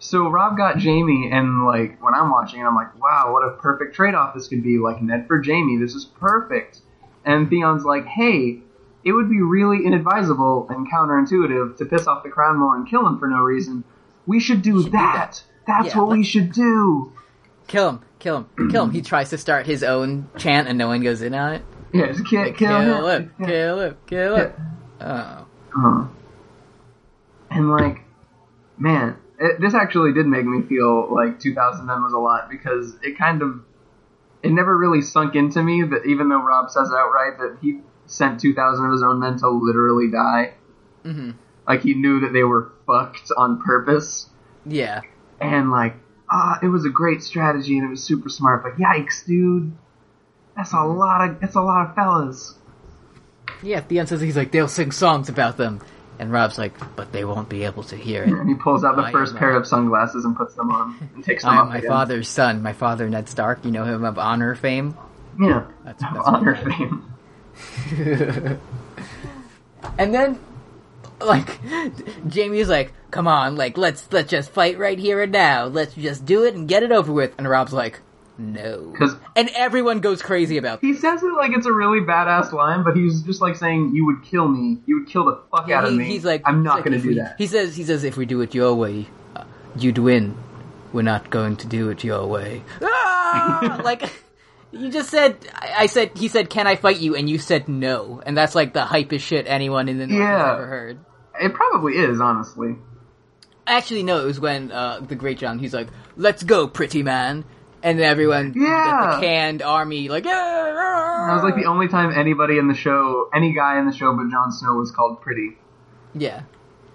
So Rob got Jamie, and like when I'm watching it, I'm like, "Wow, what a perfect trade-off this could be!" Like Ned for Jamie, this is perfect. And Theon's like, hey, it would be really inadvisable and counterintuitive to piss off the crown mole and kill him for no reason. We should do should do that. That's Yeah, what we let's- should do. Kill him. Kill [CLEARS THROAT] him. kill him. He tries to start his own chant, and no one goes in on it. Yeah, just kill, Like, [LAUGHS] kill, him. him. Yeah. Kill him. Kill him. Oh. Huh. Uh-huh. And like, man, it, this actually did make me feel like 2009 was a lot because it kind of, it never really sunk into me that even though Rob says it outright that he sent 2,000 of his own men to literally die. hmm Like he knew that they were fucked on purpose. Yeah. and like ah, it was a great strategy and it was super smart. But yikes, dude, that's a lot of that's a lot of fellas. Yeah. Theon says he's like, "They'll sing songs about them," and Rob's like, "But they won't be able to hear it." [LAUGHS] And he pulls out the I first am, pair uh, of sunglasses and puts them on and takes them I off am my again. father's son, my father Ned Stark. You know him of honor fame. [LAUGHS] Yeah, That's- that's, that's [LAUGHS] what honor I- fame. and then, like, [LAUGHS] Jamie's like, "Come on, like, let's let's just fight right here and now. Let's just do it and get it over with." And Rob's like, "No," 'Cause- and everyone goes crazy about. He says it like it's a really badass line, but he's just like saying, "You would kill me. You would kill the fuck out of he- me." He's like, "I'm he's not like, going to if do we- that." He says, "He says if we do it your way, uh, you'd win. We're not going to do it your way." [LAUGHS] Ah! like you just said, I, I said, he said, "Can I fight you?" And you said no, and that's like the hypest shit anyone in the north Yeah. has ever heard. It probably is, honestly. Actually, no, it was when uh, the Great John. He's like, "Let's go, pretty man," and then everyone, Yeah. the canned army, like, yeah, That was like the only time anybody in the show, any guy in the show but Jon Snow, was called pretty. yeah.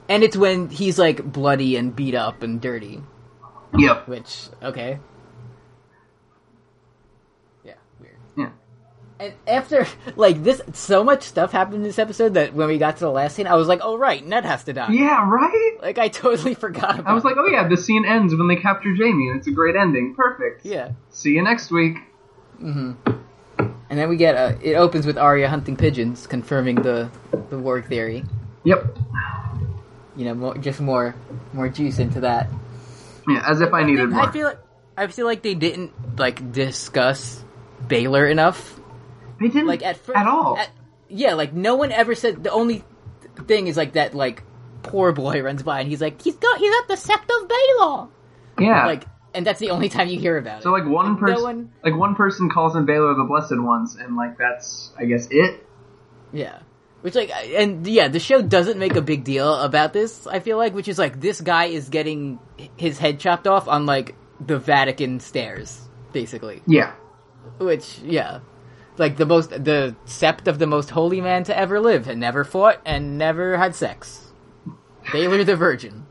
And it's when he's like bloody and beat up and dirty. Yep. Which okay. Yeah, weird. Yeah. And after [LAUGHS] like this, so much stuff happened in this episode that when we got to the last scene, I was like, "Oh right, Ned has to die." Yeah. Right. Like I [LAUGHS] totally forgot about. I was like, it. oh yeah, the scene ends when they capture Jamie, and it's a great ending. Perfect. "Yeah." See you next week. And then we get uh, it opens with Arya hunting pigeons, confirming the the war theory. Yep. You know, more, just more more juice into that. Yeah, as if I needed I more. feel like I feel like they didn't like discuss Baylor enough. They didn't Like at first, all. at- yeah, like no one ever said. The only thing is like that. Like poor boy [LAUGHS] runs by and he's like, he's got he's at the sect of Baylor. yeah. Like, and that's the only [LAUGHS] time you hear about it. so like one no person, one- like one person calls him Baylor the Blessed Ones, and like that's I guess it. Yeah. Which like I- and yeah, the show doesn't make a big deal about this. I feel like which is like this guy is getting his head chopped off on like the Vatican stairs, basically. Yeah. Which yeah, like the most the sept of the most holy man to ever live and never fought and never had sex. Baylor the Virgin.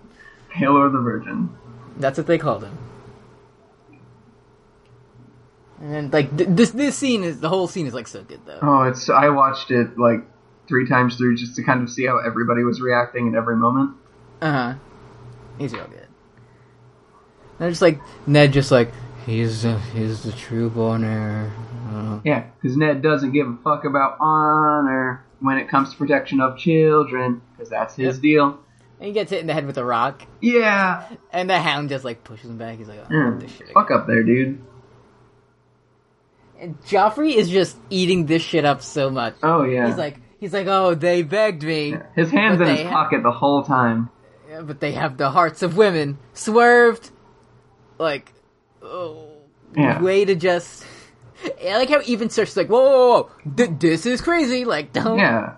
Baylor the Virgin. That's what they called him. And then, like th- this this scene is the whole scene is like so good though. Oh, it's I watched it like three times through just to kind of see how everybody was reacting at every moment. Uh huh. He's real good. They're just like Ned, just like he's uh, he's the true born heir. Uh, Yeah, because Ned doesn't give a fuck about honor when it comes to protection of children, because that's his Yep. deal. And he gets hit in the head with a rock, Yeah. and the Hound just like pushes him back. He's like, oh, Mm, this shit. Fuck up there, dude. And Joffrey is just eating this shit up so much. Oh yeah. He's like, he's like, oh, they begged me, his hands but in his they have- pocket the whole time. Yeah, but they have the hearts of women. Swerved, like, oh, Yeah. way to just. I like how even Cersei's like, whoa, whoa, whoa, th- this is crazy. Like, don't Yeah.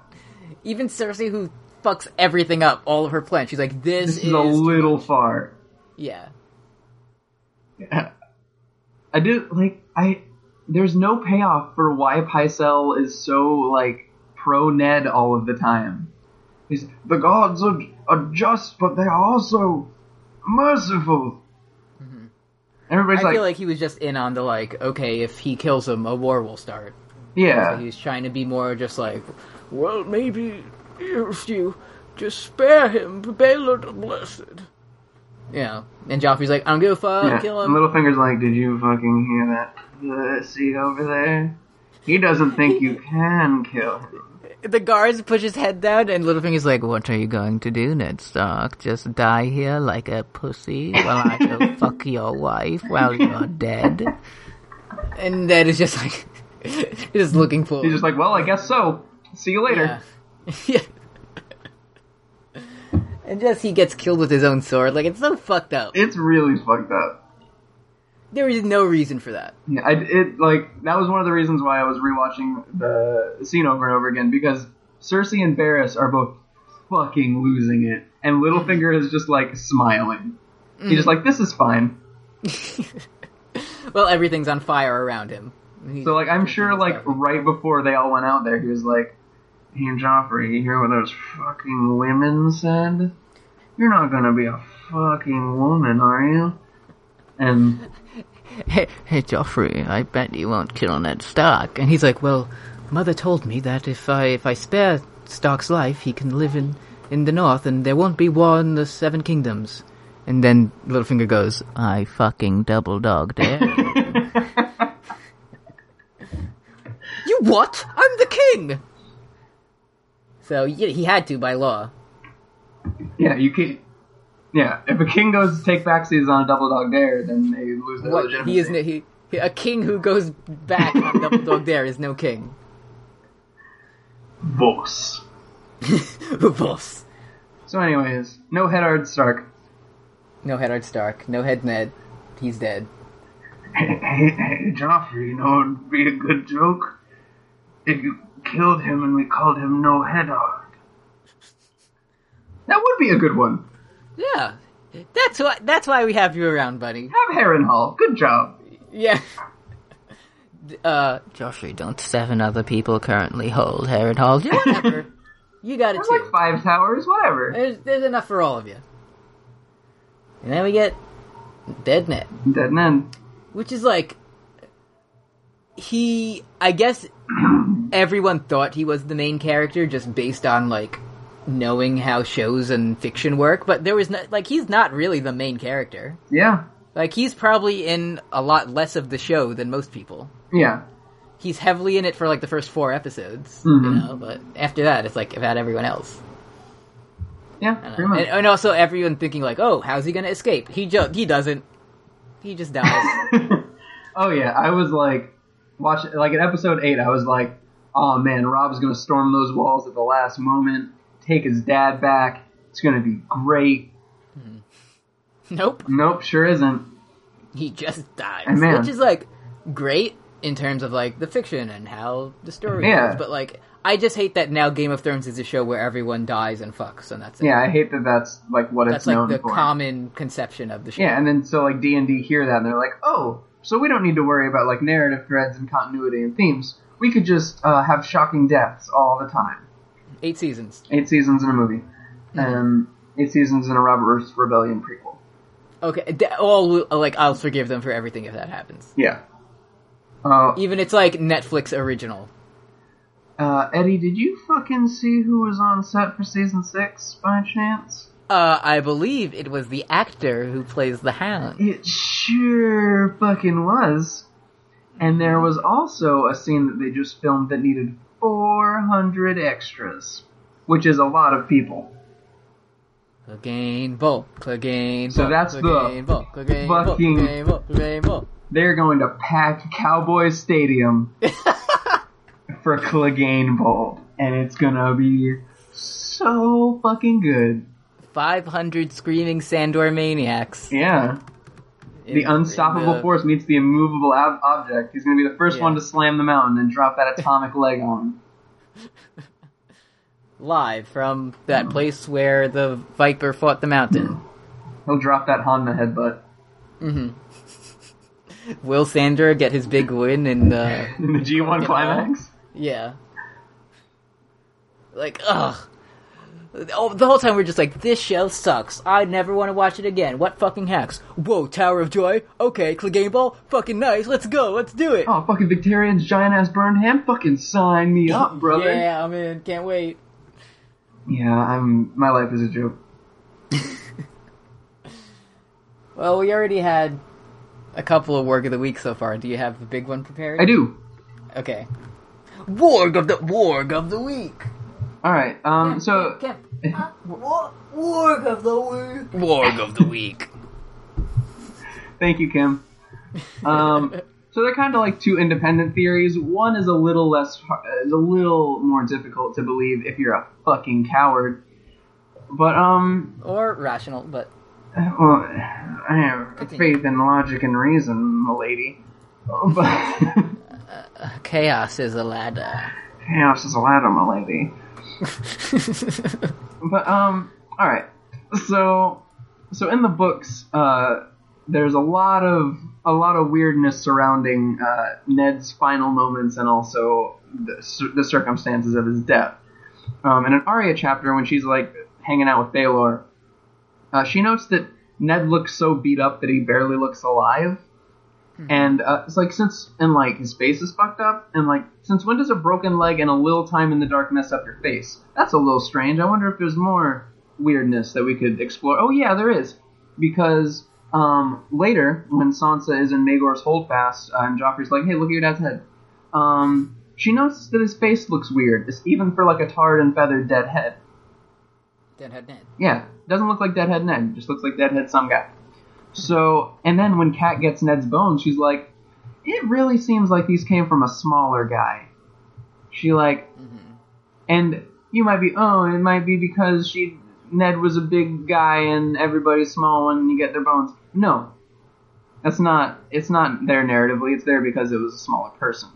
Even Cersei, who fucks everything up, all of her plans, she's like, "This, This is, is a little far. yeah." I do like I. There's no payoff for why Pycelle is so like pro Ned all of the time. He's the gods are, are just, but they are also merciful. Mm-hmm. Everybody's I like, feel like he was just in on the like, okay, if he kills him, a war will start. yeah, He was trying to be more just like, well, maybe if you just spare him, Baylor the Blessed. Yeah, and Joffrey's like, I don't give a fuck, yeah. kill And him. Littlefinger's like, did you fucking hear that? Uh, see over there. He doesn't [LAUGHS] think you can kill him. The guards push his head down, and Littlefinger's like, "What are you going to do, Ned Stark? Just die here like a pussy while I [LAUGHS] go fuck your wife while you're dead?" And Ned is just like, [LAUGHS] just looking for. He's just like, well, I guess so. See you later. yeah. [LAUGHS] Yeah. And just he gets killed with his own sword. Like it's so fucked up. It's really fucked up. There is no reason for that. Yeah, I, it like that was one of the reasons why I was rewatching the scene over and over again because Cersei and Barris are both fucking losing it, and Littlefinger is just like smiling. He's just like, "This is fine." Well, everything's on fire around him. He's- So like, I'm sure everything's like fine. right before they all went out there, he was like, "Hey Joffrey, you hear what those fucking women said? You're not gonna be a fucking woman, are you?" And [LAUGHS] hey, hey, Joffrey, I bet you won't kill Ned Stark. And he's like, well, Mother told me that if I if I spare Stark's life, he can live in in the North, and there won't be war in the Seven Kingdoms. And then Littlefinger goes, I fucking double dog dare. [LAUGHS] you You what? I'm the king. So yeah, he had to by law. Yeah, you can. Yeah, if a king goes to take backseats on a double dog dare, then they lose their What legitimacy. he is no, he, he- a king who goes back on double [LAUGHS] dog dare is no king. boss. Boss. So, anyways, no Hedard Stark. No Hedard Stark. No Head Ned. He's dead. Hey, hey, hey, Joffrey, you know it'd be a good joke if you killed him and we called him No Hedard. That would be a good one. Yeah, that's why. That's why we have you around, buddy. Have Harrenhal. Good job. Yeah. [LAUGHS] Uh, Joffrey, don't seven other people currently hold Herod Hall? Yeah, Whatever. [LAUGHS] you got it There's too. like five towers, whatever. There's there's enough for all of you. And then we get Dead Ned, Dead men. which is like he. I [CLEARS THROAT] guess everyone thought he was the main character just based on like knowing how shows and fiction work, but there was no like he's not really the main character. Yeah. Like he's probably in a lot less of the show than most people. Yeah. He's heavily in it for like the first four episodes, you Mhm. know, but after that, it's like about everyone else. Yeah, I don't pretty know. uh, much. And, and also everyone thinking like, "Oh, how's he gonna escape?" He jo- he doesn't. He just [LAUGHS] dies. oh yeah, I was like, watch like in episode eight, I was like, oh man, Rob's gonna storm those walls at the last moment, take his dad back. It's gonna be great. nope. Nope, sure isn't. [LAUGHS] He just dies. And man- Which is like great in terms of like the fiction and how the story Yeah. is. But like I just hate that now Game of Thrones is a show where everyone dies and fucks and that's it. Yeah, I hate that. That's like what That's it's like known the for. common conception of the show. yeah, and then so like D and D hear that and they're like, oh, so we don't need to worry about like narrative threads and continuity and themes. We could just uh, have shocking deaths all the time. Eight seasons. Eight seasons in a movie, Mm-hmm. and eight seasons in a Robert Roost's Rebellion prequel. Okay. d- All like I'll forgive them for everything if that happens. Yeah. Uh, Even it's like Netflix original. uh, Eddie, did you fucking see who was on set for season six by chance? Uh, I believe it was the actor who plays the Hound. It sure fucking was. And there was also a scene that they just filmed that needed 400 extras, which is a lot of people. Clegane Bowl, Clegane So Bowl, that's the Clegane Bowl, Clegane Bowl, fucking- Clegane Bowl, Clegane Bowl. They're going to pack Cowboy Stadium [LAUGHS] for Clegane Bowl, and it's gonna be so fucking good. 500 screaming Sandor maniacs. Yeah, the unstoppable force meets the immovable ob- object. He's gonna be the first Yeah. one to slam the mountain and drop that atomic leg on. him. Live from that place where the Viper fought the mountain. He'll drop that Hanma headbutt. Will Sandor get his big win in the. In the G1 Fucking climax? Yeah. Like, ugh. Oh, the whole time we're just like, this show sucks. I never want to watch it again. What fucking hacks? Whoa, Tower of Joy? Okay, Clegane Ball? Fucking nice. Let's go. Let's do it. Oh, fucking Victorian's giant ass burned hand? Fucking sign me up, brother. Yeah. Yeah, I'm in. Can't wait. I'm. My life is a joke. Well, we already had a couple of work of the week so far. Do you have the big one prepared? I do. Okay. Warg of the Warg of the week. Alright, um, so. Kemp, Warg of the week. Warg of the week. Thank you, Kim. Um, so they're kind of like two independent theories. One is a little less, har- is a little more difficult to believe if you're a fucking coward. But um, [LAUGHS] or rational, but well, I have faith in logic and reason, milady. But [LAUGHS] chaos is a [LAUGHS] ladder. chaos is a ladder, milady. But um, all right. So, so in the books, uh, there's a lot of a lot of weirdness surrounding uh, Ned's final moments and also the, cir- the circumstances of his death. Um, in an Arya chapter, when she's like hanging out with Baelor, uh, she notes that Ned looks so beat up that he barely looks alive. And uh, it's like since and like his face is fucked up, and like since when does a broken leg and a little time in the dark mess up your face? That's a little strange. I wonder if there's more weirdness that we could explore. Oh yeah, there is, because um, later when Sansa is in Magor's holdfast, uh, and Joffrey's like, "Hey, look at your dad's head," um, she notices that his face looks weird. It's even for like a tarred and feathered dead head. Deadhead Ned. Yeah, doesn't look like Deadhead Ned. Just looks like Deadhead some guy. So, and then when Kat gets Ned's bones, she's like, "It really seems like these came from a smaller guy." She like, and you might be, oh, it might be because she Ned was a big guy and everybody's small when you get their bones. No, that's not. It's not there narratively. It's there because it was a smaller person.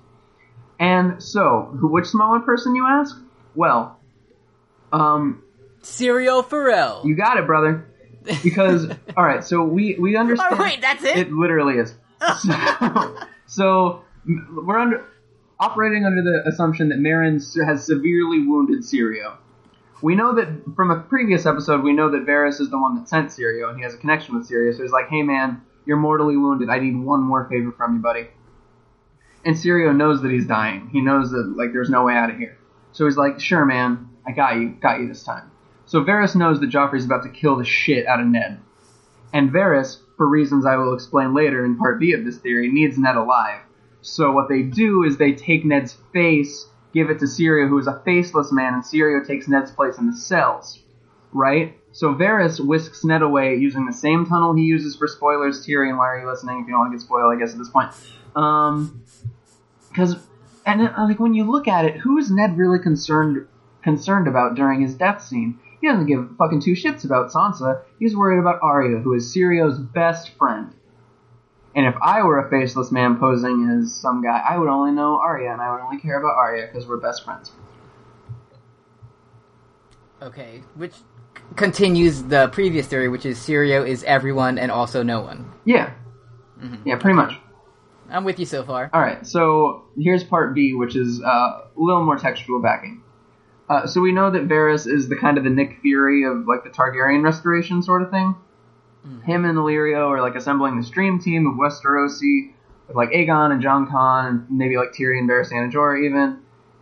And so, who- which smaller person you ask? Well, um, Serial Pharrell. you got it, brother. [LAUGHS] Because [LAUGHS] all right, so we we understand. Oh wait, that's it. It literally is. So, [LAUGHS] so m- we're under operating under the assumption that Marin s- has severely wounded Sirio. We know that from a previous episode, we know that Varys is the one that sent Sirio, and he has a connection with Sirio. So he's like, "Hey, man, you're mortally wounded. I need one more favor from you, buddy." And Sirio knows that he's dying. He knows that like there's no way out of here. So he's like, "Sure, man, I got you, got you this time." So Varys knows that Joffrey's about to kill the shit out of Ned. And Varys, for reasons I will explain later in part B of this theory, needs Ned alive. So what they do is they take Ned's face, give it to Syrio, who is a faceless man, and Syrio takes Ned's place in the cells. Right? So Varys whisks Ned away using the same tunnel he uses for spoilers. Tyrion, why are you listening if you don't want to get spoiled? I guess at this point, Um, because and uh, like when you look at it, who is Ned really concerned concerned about during his death scene? He doesn't give fucking two shits about Sansa. He's worried about Arya, who is Sirio's best friend. And if I were a faceless man posing as some guy, I would only know Arya, and I would only care about Arya because we're best friends. Okay, which c- continues the previous theory, which is Sirio is everyone and also no one. Yeah, yeah, pretty much. I'm with you so far. All right, so here's part B, which is uh, a little more textual backing. Uh, so we know that Varys is the kind of the Nick Fury of like the Targaryen restoration sort of thing. Him and Illyrio are like assembling this dream team of Westerosi, with like Aegon and Jon Con, and maybe like Tyrion, Varys, and Jorah even.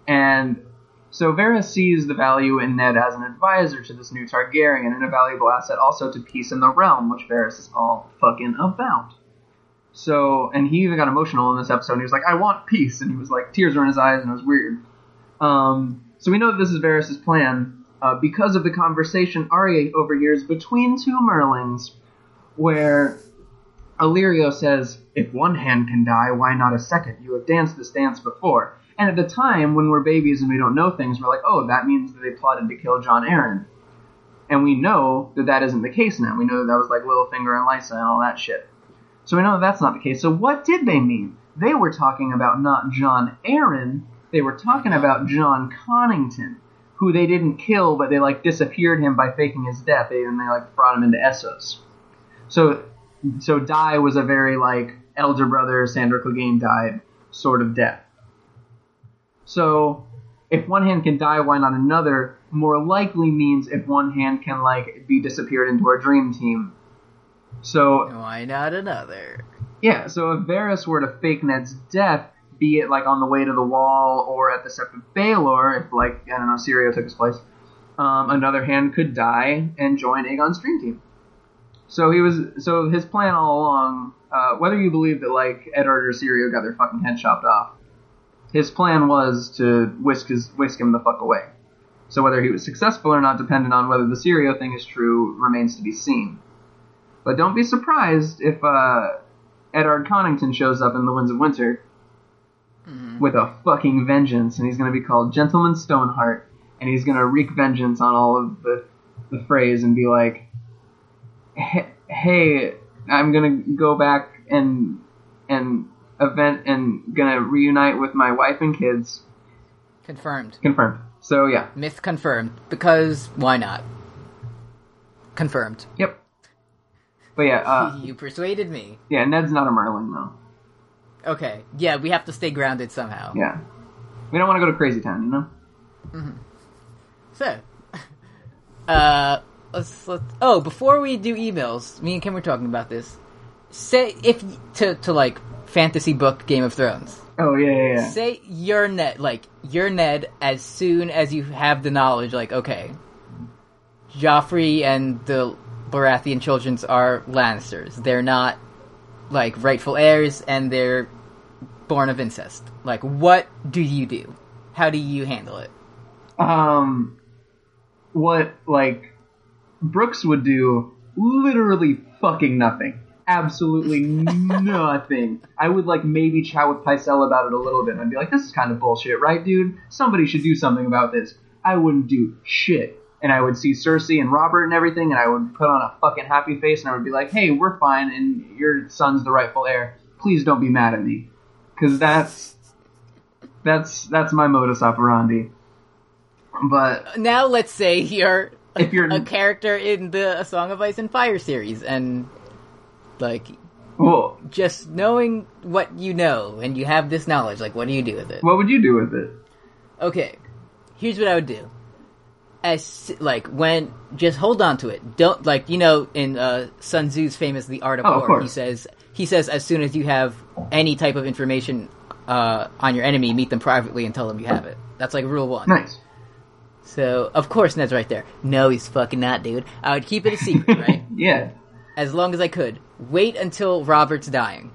And so Varys sees the value in Ned as an advisor to this new Targaryen and a valuable asset also to peace in the realm, which Varys is all fucking about. So, and he even got emotional in this episode. And he was like, "I want peace," and he was like, tears were in his eyes, and it was weird. Um, so we know that this is Varys's plan uh, because of the conversation Arya overhears between two Merlins, where Illyrio says, "If one hand can die, why not a second? You have danced this dance before." And at the time, when we're babies and we don't know things, we're like, "Oh, that means that they plotted to kill John Aaron." And we know that that isn't the case now. We know that that was like Littlefinger and Lysa and all that shit. So we know that that's not the case. So what did they mean? They were talking about not John Aaron. They were talking about John Connington, who they didn't kill, but they like disappeared him by faking his death, and they like brought him into Essos. So, so die was a very like elder brother Sandra Clegane died sort of death. So, if one hand can die, why not another? More likely means if one hand can like be disappeared into our dream team. So Why not another? yeah, so if Varys were to fake Ned's death, be it like on the way to the wall or at the Sept of Baelor, if like I don't know, Sirio took his place, um, another hand could die and join Aegon's dream team. So he was so his plan all along, uh, whether you believe that like Eddard or Sirio got their fucking head chopped off, his plan was to whisk his whisk him the fuck away. So whether he was successful or not depended on whether the Sirio thing is true remains to be seen. But don't be surprised if uh, Edard Connington shows up in The Winds of Winter with a fucking vengeance, and he's going to be called Gentleman Stoneheart, and he's going to wreak vengeance on all of the, the phrase and be like, "Hey- "Hey, I'm going to go back and and event and going to reunite with my wife and kids." Confirmed. Confirmed. So yeah, Myth confirmed. Because why not? Confirmed. yep. But yeah, uh, [LAUGHS] [LAUGHS] you persuaded me. yeah, Ned's not a Merlin though. Okay. Yeah, we have to stay grounded somehow. Yeah, we don't want to go to Crazy Town, you know. So, [LAUGHS] uh, let's let. Oh, before we do emails, me and Kim were talking about this. Say if to to like fantasy book Game of Thrones. Oh yeah, yeah, yeah. Say you're Ned, like you're Ned. As soon as you have the knowledge, like okay, Joffrey and the Baratheon children are Lannisters. They're not like rightful heirs, and they're born of incest. Like, what do you do? How do you handle it? um, what like Brooks would do literally fucking nothing. Absolutely nothing. I would like maybe chat with Picel about it a little bit. I'd be like, this is kind of bullshit, right, dude? Somebody should do something about this. I wouldn't do shit. And I would see Cersei and Robert and everything, and I would put on a fucking happy face, and I would be like, hey, we're fine, and your son's the rightful heir. Please don't be mad at me. Because that's, that's, that's my modus operandi. But now let's say you're If you're- a character in the A Song of Ice and Fire series, and like Well, just knowing what you know and you have this knowledge, like what do you do with it? what would you do with it? Okay, here's what I would do. As like when just hold on to it. Don't like you know in uh, Sun Tzu's famous The Art of Oh, of War. course. He says he says as soon as you have any type of information uh, on your enemy, meet them privately and tell them you have it. That's like rule one. Nice. So of course Ned's right there. No, he's fucking not, dude. I would keep it a [LAUGHS] secret, right? Yeah. As long as I could. Wait until Robert's dying.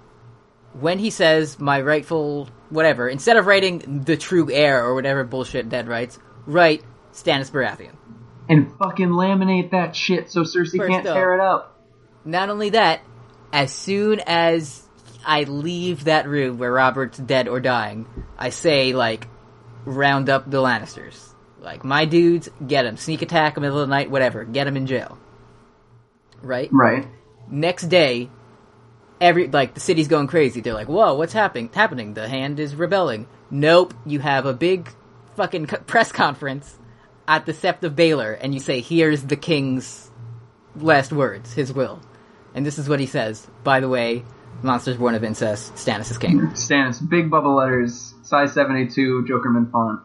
When he says my rightful whatever, instead of writing the true heir or whatever bullshit Ned writes, write Stannis Baratheon. and fucking laminate that shit so Cersei First can't up. tear it up. Not only that, as soon as I leave that room where Robert's dead or dying, I say, like, round up the Lannisters. Like, my dudes, get them. Sneak attack, middle of the night, whatever. Get them in jail. Right? Right. Next day, every, like, the city's going crazy. They're like, whoa, what's happening? Happening. The hand is rebelling. Nope. You have a big fucking co- press conference at the Sept of Baylor, and you say, here's the king's last words, his will. And this is what he says. By the way, monsters born of incest, Stannis is king. Stannis, big bubble letters, size 72, Jokerman font.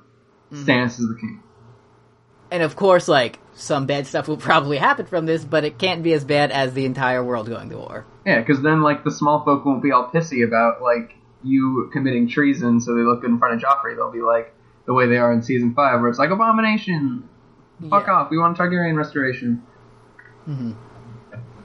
Mm-hmm. Stannis is the king. And of course, like, some bad stuff will probably happen from this, but it can't be as bad as the entire world going to war. Yeah, because then like the small folk won't be all pissy about like you committing treason, so they look good in front of Joffrey. They'll be like the way they are in season five, where it's like abomination. Fuck Yeah. off. We want Targaryen restoration.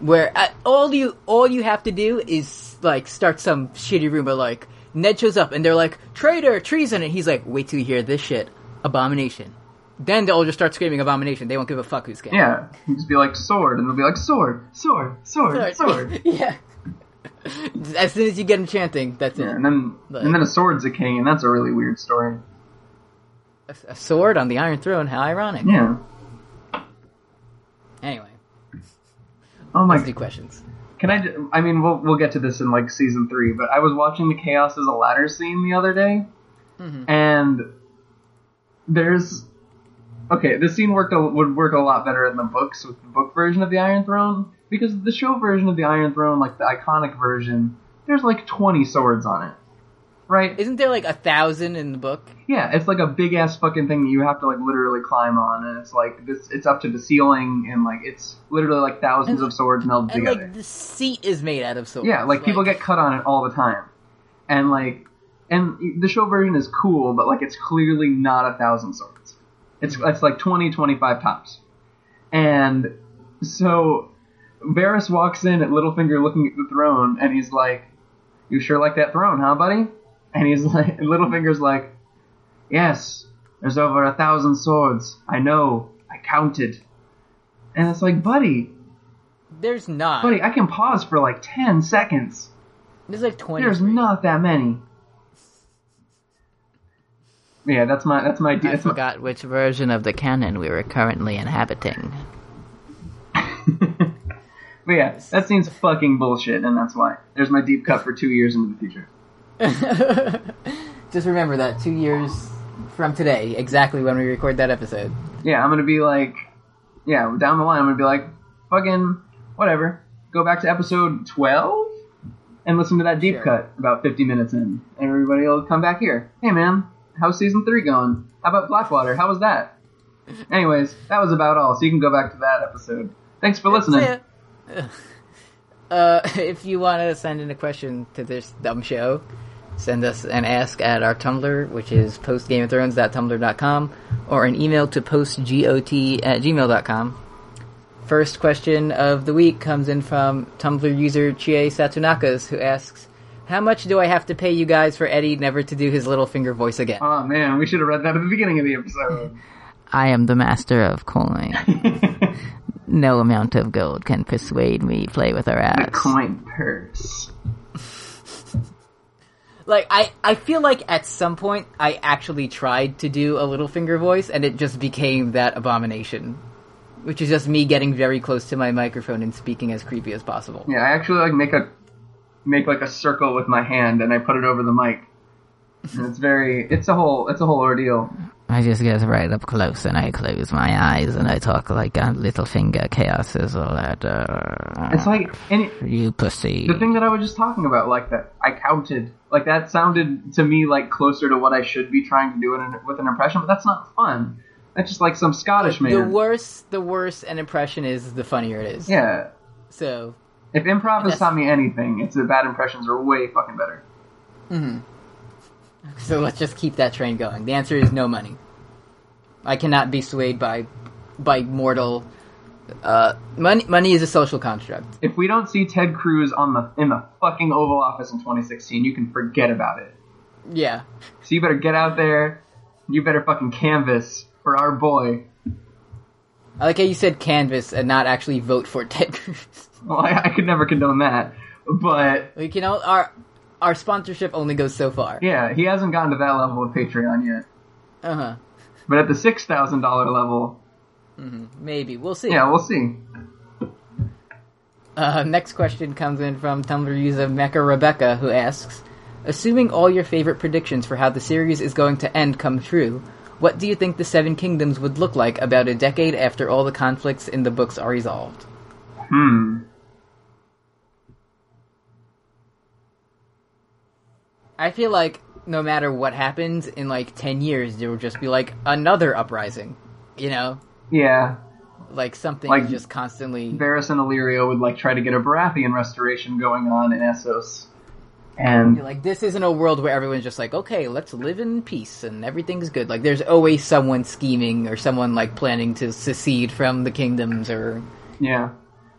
where uh, all you all you have to do is like start some shitty rumor like Ned shows up and they're like traitor treason and he's like wait till you hear this shit abomination then they'll all just start screaming abomination they won't give a fuck who's king [LAUGHS] Yeah, you just be like sword, and they'll be like sword, sword, sword, sword. [LAUGHS] yeah as soon as you get them chanting that's Yeah, it and then Like- and then a sword's a king, and that's a really weird story. a, a sword on the Iron Throne how ironic Yeah. anyway Oh my. let's do questions Can I? ju- I mean, we'll we'll get to this in like season three, but I was watching the Chaos as a Ladder scene the other day, and there's okay. This scene worked a, would work a lot better in the books with the book version of the Iron Throne because the show version of the Iron Throne, like the iconic version, there's like 20 swords on it, right? isn't there like a thousand in the book yeah, it's like a big ass fucking thing that you have to like literally climb on, and it's like this. It's up to the ceiling, and like it's literally like thousands of swords melded and together. like the seat is made out of swords Yeah, like people get cut on it all the time, and like, and the show version is cool, but like it's clearly not a thousand swords. It's it's like 20, 25 tops, and so Varys walks in at Littlefinger looking at the throne, and he's like, "You sure like that throne, huh, buddy?" And he's [LAUGHS] like, and Littlefinger's like, "Yes, there's over a thousand swords. I know. I counted." And it's like, buddy, there's not buddy, I can pause for like ten seconds. there's like 20 There's not that many. Yeah, that's my that's my I that's my, forgot which version of the canon we were currently inhabiting. but yeah, that seems fucking bullshit, and that's why there's my deep cut for two years into the future. [LAUGHS] Just remember that two years from today, exactly when we record that episode. Yeah, I'm gonna be like, yeah, down the line, I'm gonna be like, fucking whatever. Go back to episode twelve and listen to that deep Sure. cut about 50 minutes in, and everybody will come back here. Hey man, how's season three going? How about Blackwater? How [LAUGHS] was that? Anyways, that was about all. So you can go back to that episode. Thanks for listening. [LAUGHS] Uh, if you want to send in a question to this dumb show, send us an ask at our Tumblr, which is postgameofthrones.tumblr.com, or an email to postgot at gmail.com. First question of the week comes in from Tumblr user Chie Satunakas, who asks, How much do I have to pay you guys for Eddie never to do his little finger voice again? Oh man, we should have read that at the beginning of the episode. I am the master of coin. no amount of gold can persuade me play with our the ass. coin purse. Like I, I feel like at some point I actually tried to do a little finger voice and it just became that abomination. Which is just me getting very close to my microphone and speaking as creepy as possible. Yeah, I actually like make a make like a circle with my hand and I put it over the mic. And it's very it's a whole it's a whole ordeal. I just get right up close and I close my eyes and I talk like a little finger chaos is all that. Uh, It's like and it, you pussy. the thing that I was just talking about, like that I counted, like that sounded to me like closer to what I should be trying to do in an, with an impression, but that's not fun. That's just like some Scottish The man. worse the worse an impression is, the funnier it is. yeah, So if improv has Yes. taught me anything, it's that bad impressions are way fucking better. so let's just keep that train going. The answer is no money. I cannot be swayed by by mortal uh money money is a social construct. If we don't see Ted Cruz on the in the fucking Oval Office in 2016, you can forget about it. Yeah. So you better get out there. You better fucking canvas for our boy. I like how you said canvas and not actually vote for Ted Cruz. [LAUGHS] Well, [LAUGHS] I, I could never condone that, but Like you know, our our sponsorship only goes so far. yeah, he hasn't gotten to that level of Patreon yet. Uh huh. But at the six thousand dollar level, Maybe we'll see. yeah, we'll see. Uh, next question comes in from Tumblr user Mecca Rebecca, who asks, "Assuming all your favorite predictions for how the series is going to end come true, what do you think the Seven Kingdoms would look like about a decade after all the conflicts in the books are resolved?" Hmm. I feel like no matter what happens in like ten years, there will just be like another uprising. You know, Yeah, like something Like- just constantly. Varys and Illyrio would like try to get a Baratheon restoration going on in Essos, and You're like this isn't a world where everyone's just like okay let's live in peace and everything's good like there's always someone scheming or someone like planning to secede from the kingdoms or Yeah.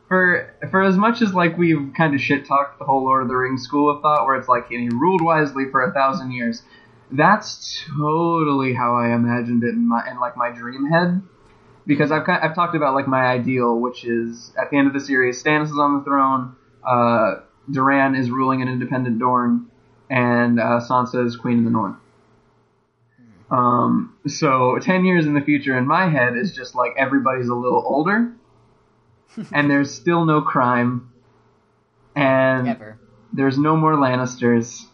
For for as much as like we've kind of shit talked the whole Lord of the Rings school of thought, where it's like he ruled wisely for a thousand years, that's totally how I imagined it in my in like my dream head. Because I've kind I've talked about like my ideal, which is at the end of the series, Stannis is on the throne, uh, Duran is ruling an independent Dorne, and uh, Sansa is queen of the North. Um, so ten years in the future in my head is just like everybody's a little older and there's still no crime, and ever there's no more Lannisters.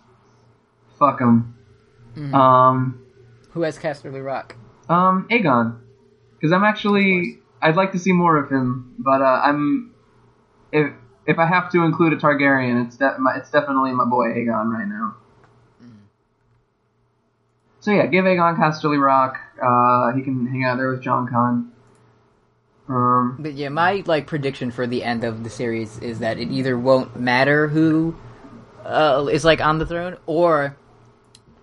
Fuck them. Um, who has Casterly Rock um, Aegon, because I'm actually I'd like to see more of him, but uh, I'm if if I have to include a Targaryen, it's de- my, it's definitely my boy Aegon right now. So yeah, give Aegon Casterly Rock. Uh, he can hang out there with John Con. Um, but yeah my like prediction for the end of the series is that it either won't matter who uh, is like on the throne or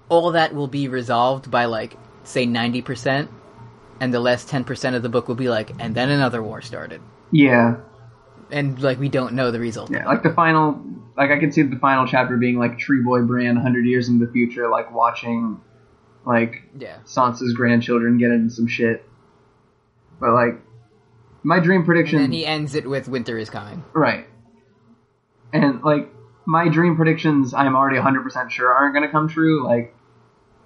all that will be resolved by like say 90% and the last 10% of the book will be like and then another war started yeah. and like we don't know the result Yeah, like the final, like I could see the final chapter being like Tree Boy Bran, hundred years into the future, like watching, like yeah. Sansa's grandchildren get into some shit. But like, my dream prediction, And then he ends it with "Winter is coming." right? And like, my dream predictions, I'm already hundred percent sure aren't gonna come true. Like,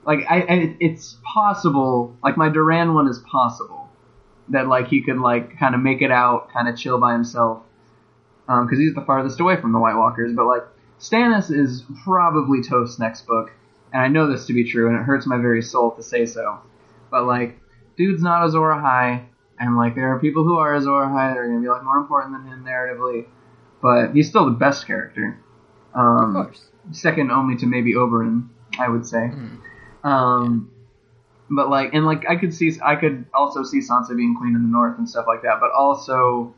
like I, I, it's possible. Like my Duran one is possible that like he could like kind of make it out, kind of chill by himself because he's the farthest away from the White Walkers. But like Stannis is probably toast next book, and I know this to be true, and it hurts my very soul to say so. But like, dude's not Azor High, and like there are people who are Azor High that are gonna be like more important than him narratively, but he's still the best character. Um, Of course. second only to maybe Oberyn, I would say. Um, but like, and like, I could see, I could also see Sansa being queen of the North and stuff like that. But also,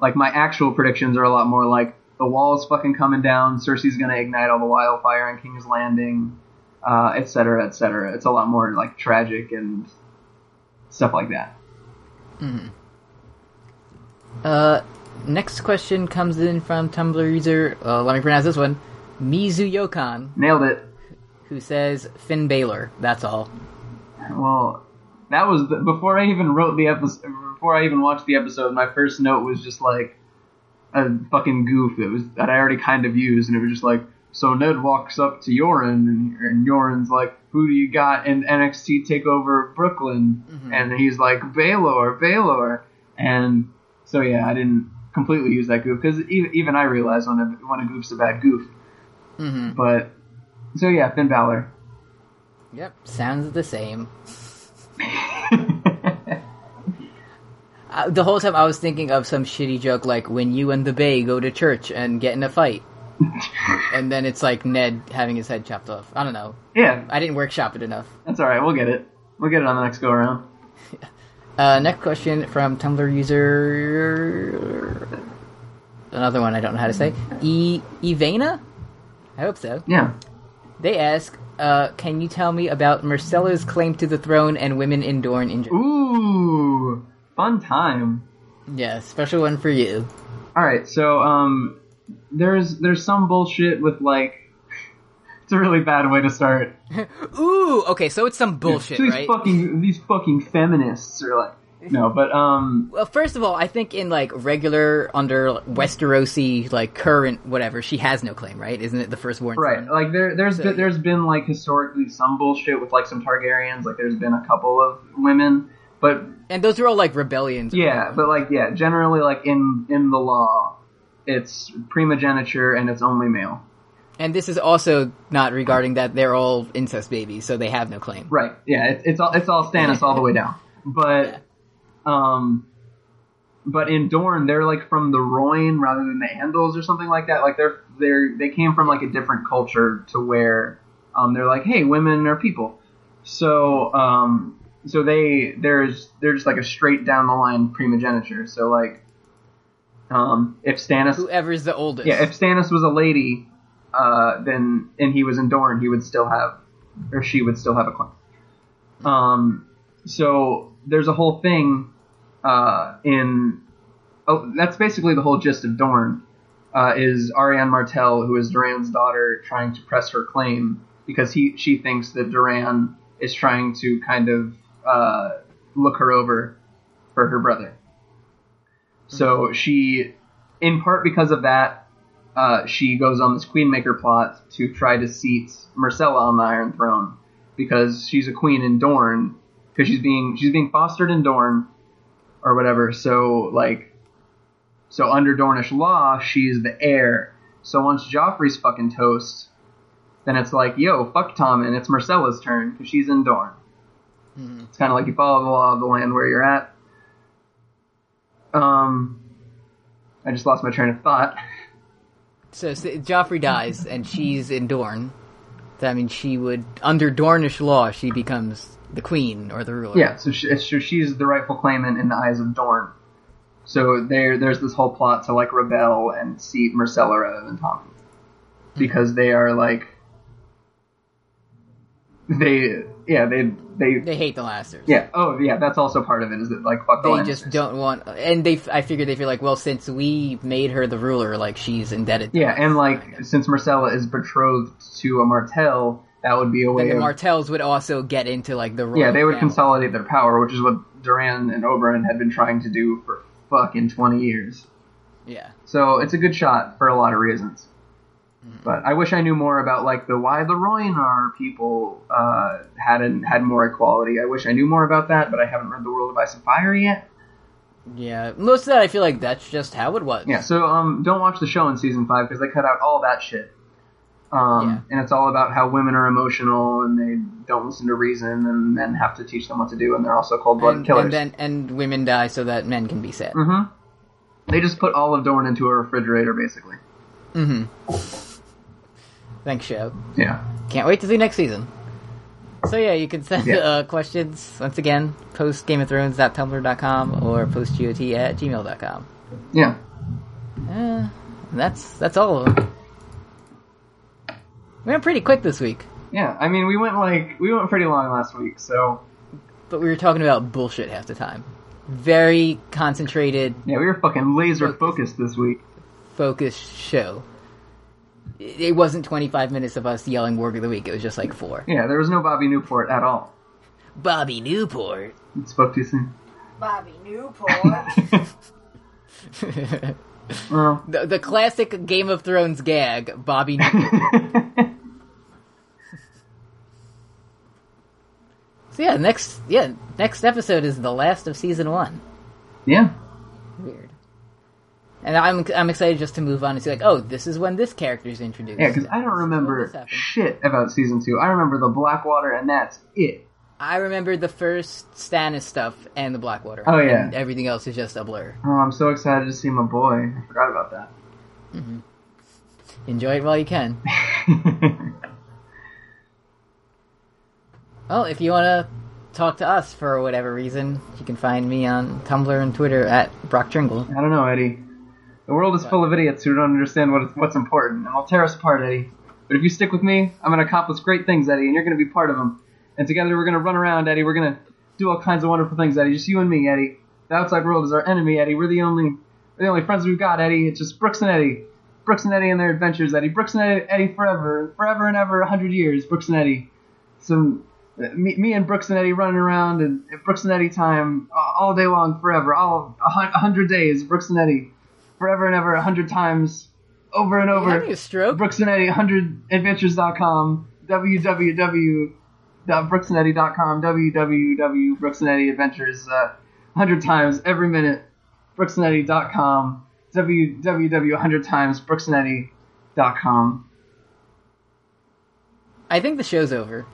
like, my actual predictions are a lot more like the wall's fucking coming down, Cersei's gonna ignite all the wildfire in King's Landing, uh, et cetera, et cetera. It's a lot more like tragic and stuff like that. Uh, next question comes in from Tumblr user. Uh, let me pronounce this one, Mizu Yokan, Nailed it. who says Finn Balor. That's all. Well, that was the, before I even wrote the episode. Before I even watched the episode, my first note was just like a fucking goof. It was that I already kind of used, and it was just like, so Ned walks up to Yoren, and, and Yoren's like, "Who do you got in NXT Takeover Brooklyn?" And he's like, "Baylor, Baylor." And so yeah, I didn't completely use that goof because even I realize when a when a goof's a bad goof. But so yeah, Finn Balor. [LAUGHS] Yep, sounds the same. Uh, the whole time I was thinking of some shitty joke like when you and the Bay go to church and get in a fight, and then it's like Ned having his head chopped off. I don't know. Yeah, I didn't workshop it enough. That's all right. We'll get it. We'll get it on the next go around. Uh, next question from Tumblr user. Another one I don't know how to say. E Ivana? I hope so. Yeah. They ask, uh, can you tell me about Marcella's claim to the throne and women in Dorne in general? Ooh, fun time. Yeah, special one for you. All right. So um, there's there's some bullshit with like. [LAUGHS] It's a really bad way to start. Ooh, okay, so it's some bullshit, So these right? fucking these fucking feminists are like, No, but um, Well, first of all, I think in like regular under like, Westerosi like current whatever, she has no claim, right? Isn't it the firstborn? right, son? like there, there's So- been, there's been like historically some bullshit with like some Targaryens. Like there's been a couple of women, but And those are all like rebellions. yeah, but like yeah, generally like in in the law, it's primogeniture and it's only male. And this is also not regarding that they're all incest babies, so they have no claim. Right. Yeah. It, it's all it's all Stannis all the way down. But, um, but in Dorne, they're like from the Roin rather than the Andals or something like that. Like they're they're they came from like a different culture to where, um, they're like, hey, women are people. So, um, so they there's they're just like a straight down the line primogeniture. So like, um, if Stannis Whoever's the oldest. yeah, if Stannis was a lady, uh, then and he was in Dorne, he would still have, or she would still have a claim. Um, so there's a whole thing uh, in. Oh, that's basically the whole gist of Dorne. Uh, is Ariane Martel, who is Duran's daughter, trying to press her claim because he she thinks that Duran is trying to kind of uh, look her over for her brother. So she, in part because of that, uh, she goes on this Queenmaker plot to try to seat Marcella on the Iron Throne because she's a queen in Dorne because she's being she's being fostered in Dorne or whatever. So like, so under Dornish law, she's the heir. So once Joffrey's fucking toast, then it's like, yo, fuck Tom, and it's Marcella's turn because she's in Dorne. It's kind of like you follow the law of the land where you're at. Um, I just lost my train of thought. So, s Joffrey dies, and she's in Dorne. So, I mean, she would under Dornish law, she becomes the queen or the ruler. Yeah, so, she, so she's the rightful claimant in the eyes of Dorne. So there, there's this whole plot to like rebel and seat Marcella rather than Tommen, Hmm. because they are like, they yeah they they They hate the Lannisters. yeah oh yeah that's also part of it is that like fuck the They just Lannisters. don't want, and they. I figured they feel like, well, since we made her the ruler, like she's indebted. to yeah us. and like since Marcella is betrothed to a Martell that would be a way then the of Martells would also get into like the royal. Yeah, they would family. consolidate their power, which is what Duran and Oberon had been trying to do for fucking 20 years. Yeah, So it's a good shot for a lot of reasons. Mm-hmm. But I wish I knew more about like the why the Roynar people uh, hadn't had more equality. I wish I knew more about that, but I haven't read The World of Ice and Fire yet. yeah. Most of that, I feel like that's just how it was. Yeah, so um, don't watch the show in season five because they cut out all that shit. Um, Yeah. And it's all about how women are emotional and they don't listen to reason and men have to teach them what to do, and they're also cold blooded and, killers. and then and women die so that men can be sad. hmm They just put all of Dorn into a refrigerator, basically. Mm. Mm-hmm. Thanks, show. Yeah. Can't wait to see next season. So yeah, you can send Yeah. uh, questions once again post Game of Thrones.tumblr.com or postgot at gmail.com. Yeah. Uh, and that's that's all of them. We went pretty quick this week, Yeah. I mean, we went like, we went pretty long last week, so. but we were talking about bullshit half the time. Very concentrated, Yeah, we were fucking laser Focused. focused this week. focused show. It it wasn't 25 minutes of us yelling word of the week. It was just like four. Yeah, there was no Bobby Newport at all. Bobby Newport. [LAUGHS] It spoke too soon. Bobby Newport. [LAUGHS] the, Well. [LAUGHS] the classic Game of Thrones gag, Bobby Newport. So yeah, next yeah next episode is the last of season one. yeah. Weird. And I'm I'm excited just to move on and see like oh this is when this character's introduced. Yeah, because I This don't is when this remember happened. shit about season two. I remember the Blackwater, and that's it. I remember the first Stannis stuff and the Blackwater. Oh, yeah. And everything else is just a blur. Oh, I'm so excited to see my boy. I forgot about that. Enjoy it while you [LAUGHS] can. Well, if you want to talk to us for whatever reason, you can find me on Tumblr and Twitter at Brock Tringle. I don't know, Eddie. The world is full of idiots who don't understand what, what's important, and will tear us apart, Eddie. But if you stick with me, I'm going to accomplish great things, Eddie, and you're going to be part of them. And together we're going to run around, Eddie. We're going to do all kinds of wonderful things, Eddie. Just you and me, Eddie. The outside world is our enemy, Eddie. We're the only we're the only friends we've got, Eddie. It's just Brooks and Eddie. Brooks and Eddie and their adventures, Eddie. Brooks and Eddie, Eddie forever, forever and ever, a hundred years. Brooks and Eddie. Some me, me and Brooks and Eddie running around and, and Brooks and Eddie time uh, all day long, forever, all a hun- a hundred days, Brooks and Eddie, forever and ever, a hundred times, over and over. Having a stroke? Brooks and Eddie, 100adventures.com, www.brooksandeddie.com, www.brooksandeddyadventures, uh, 100 times every minute, brooksandeddie.com, www.100 times, brooksandeddy.com. I think the show's over.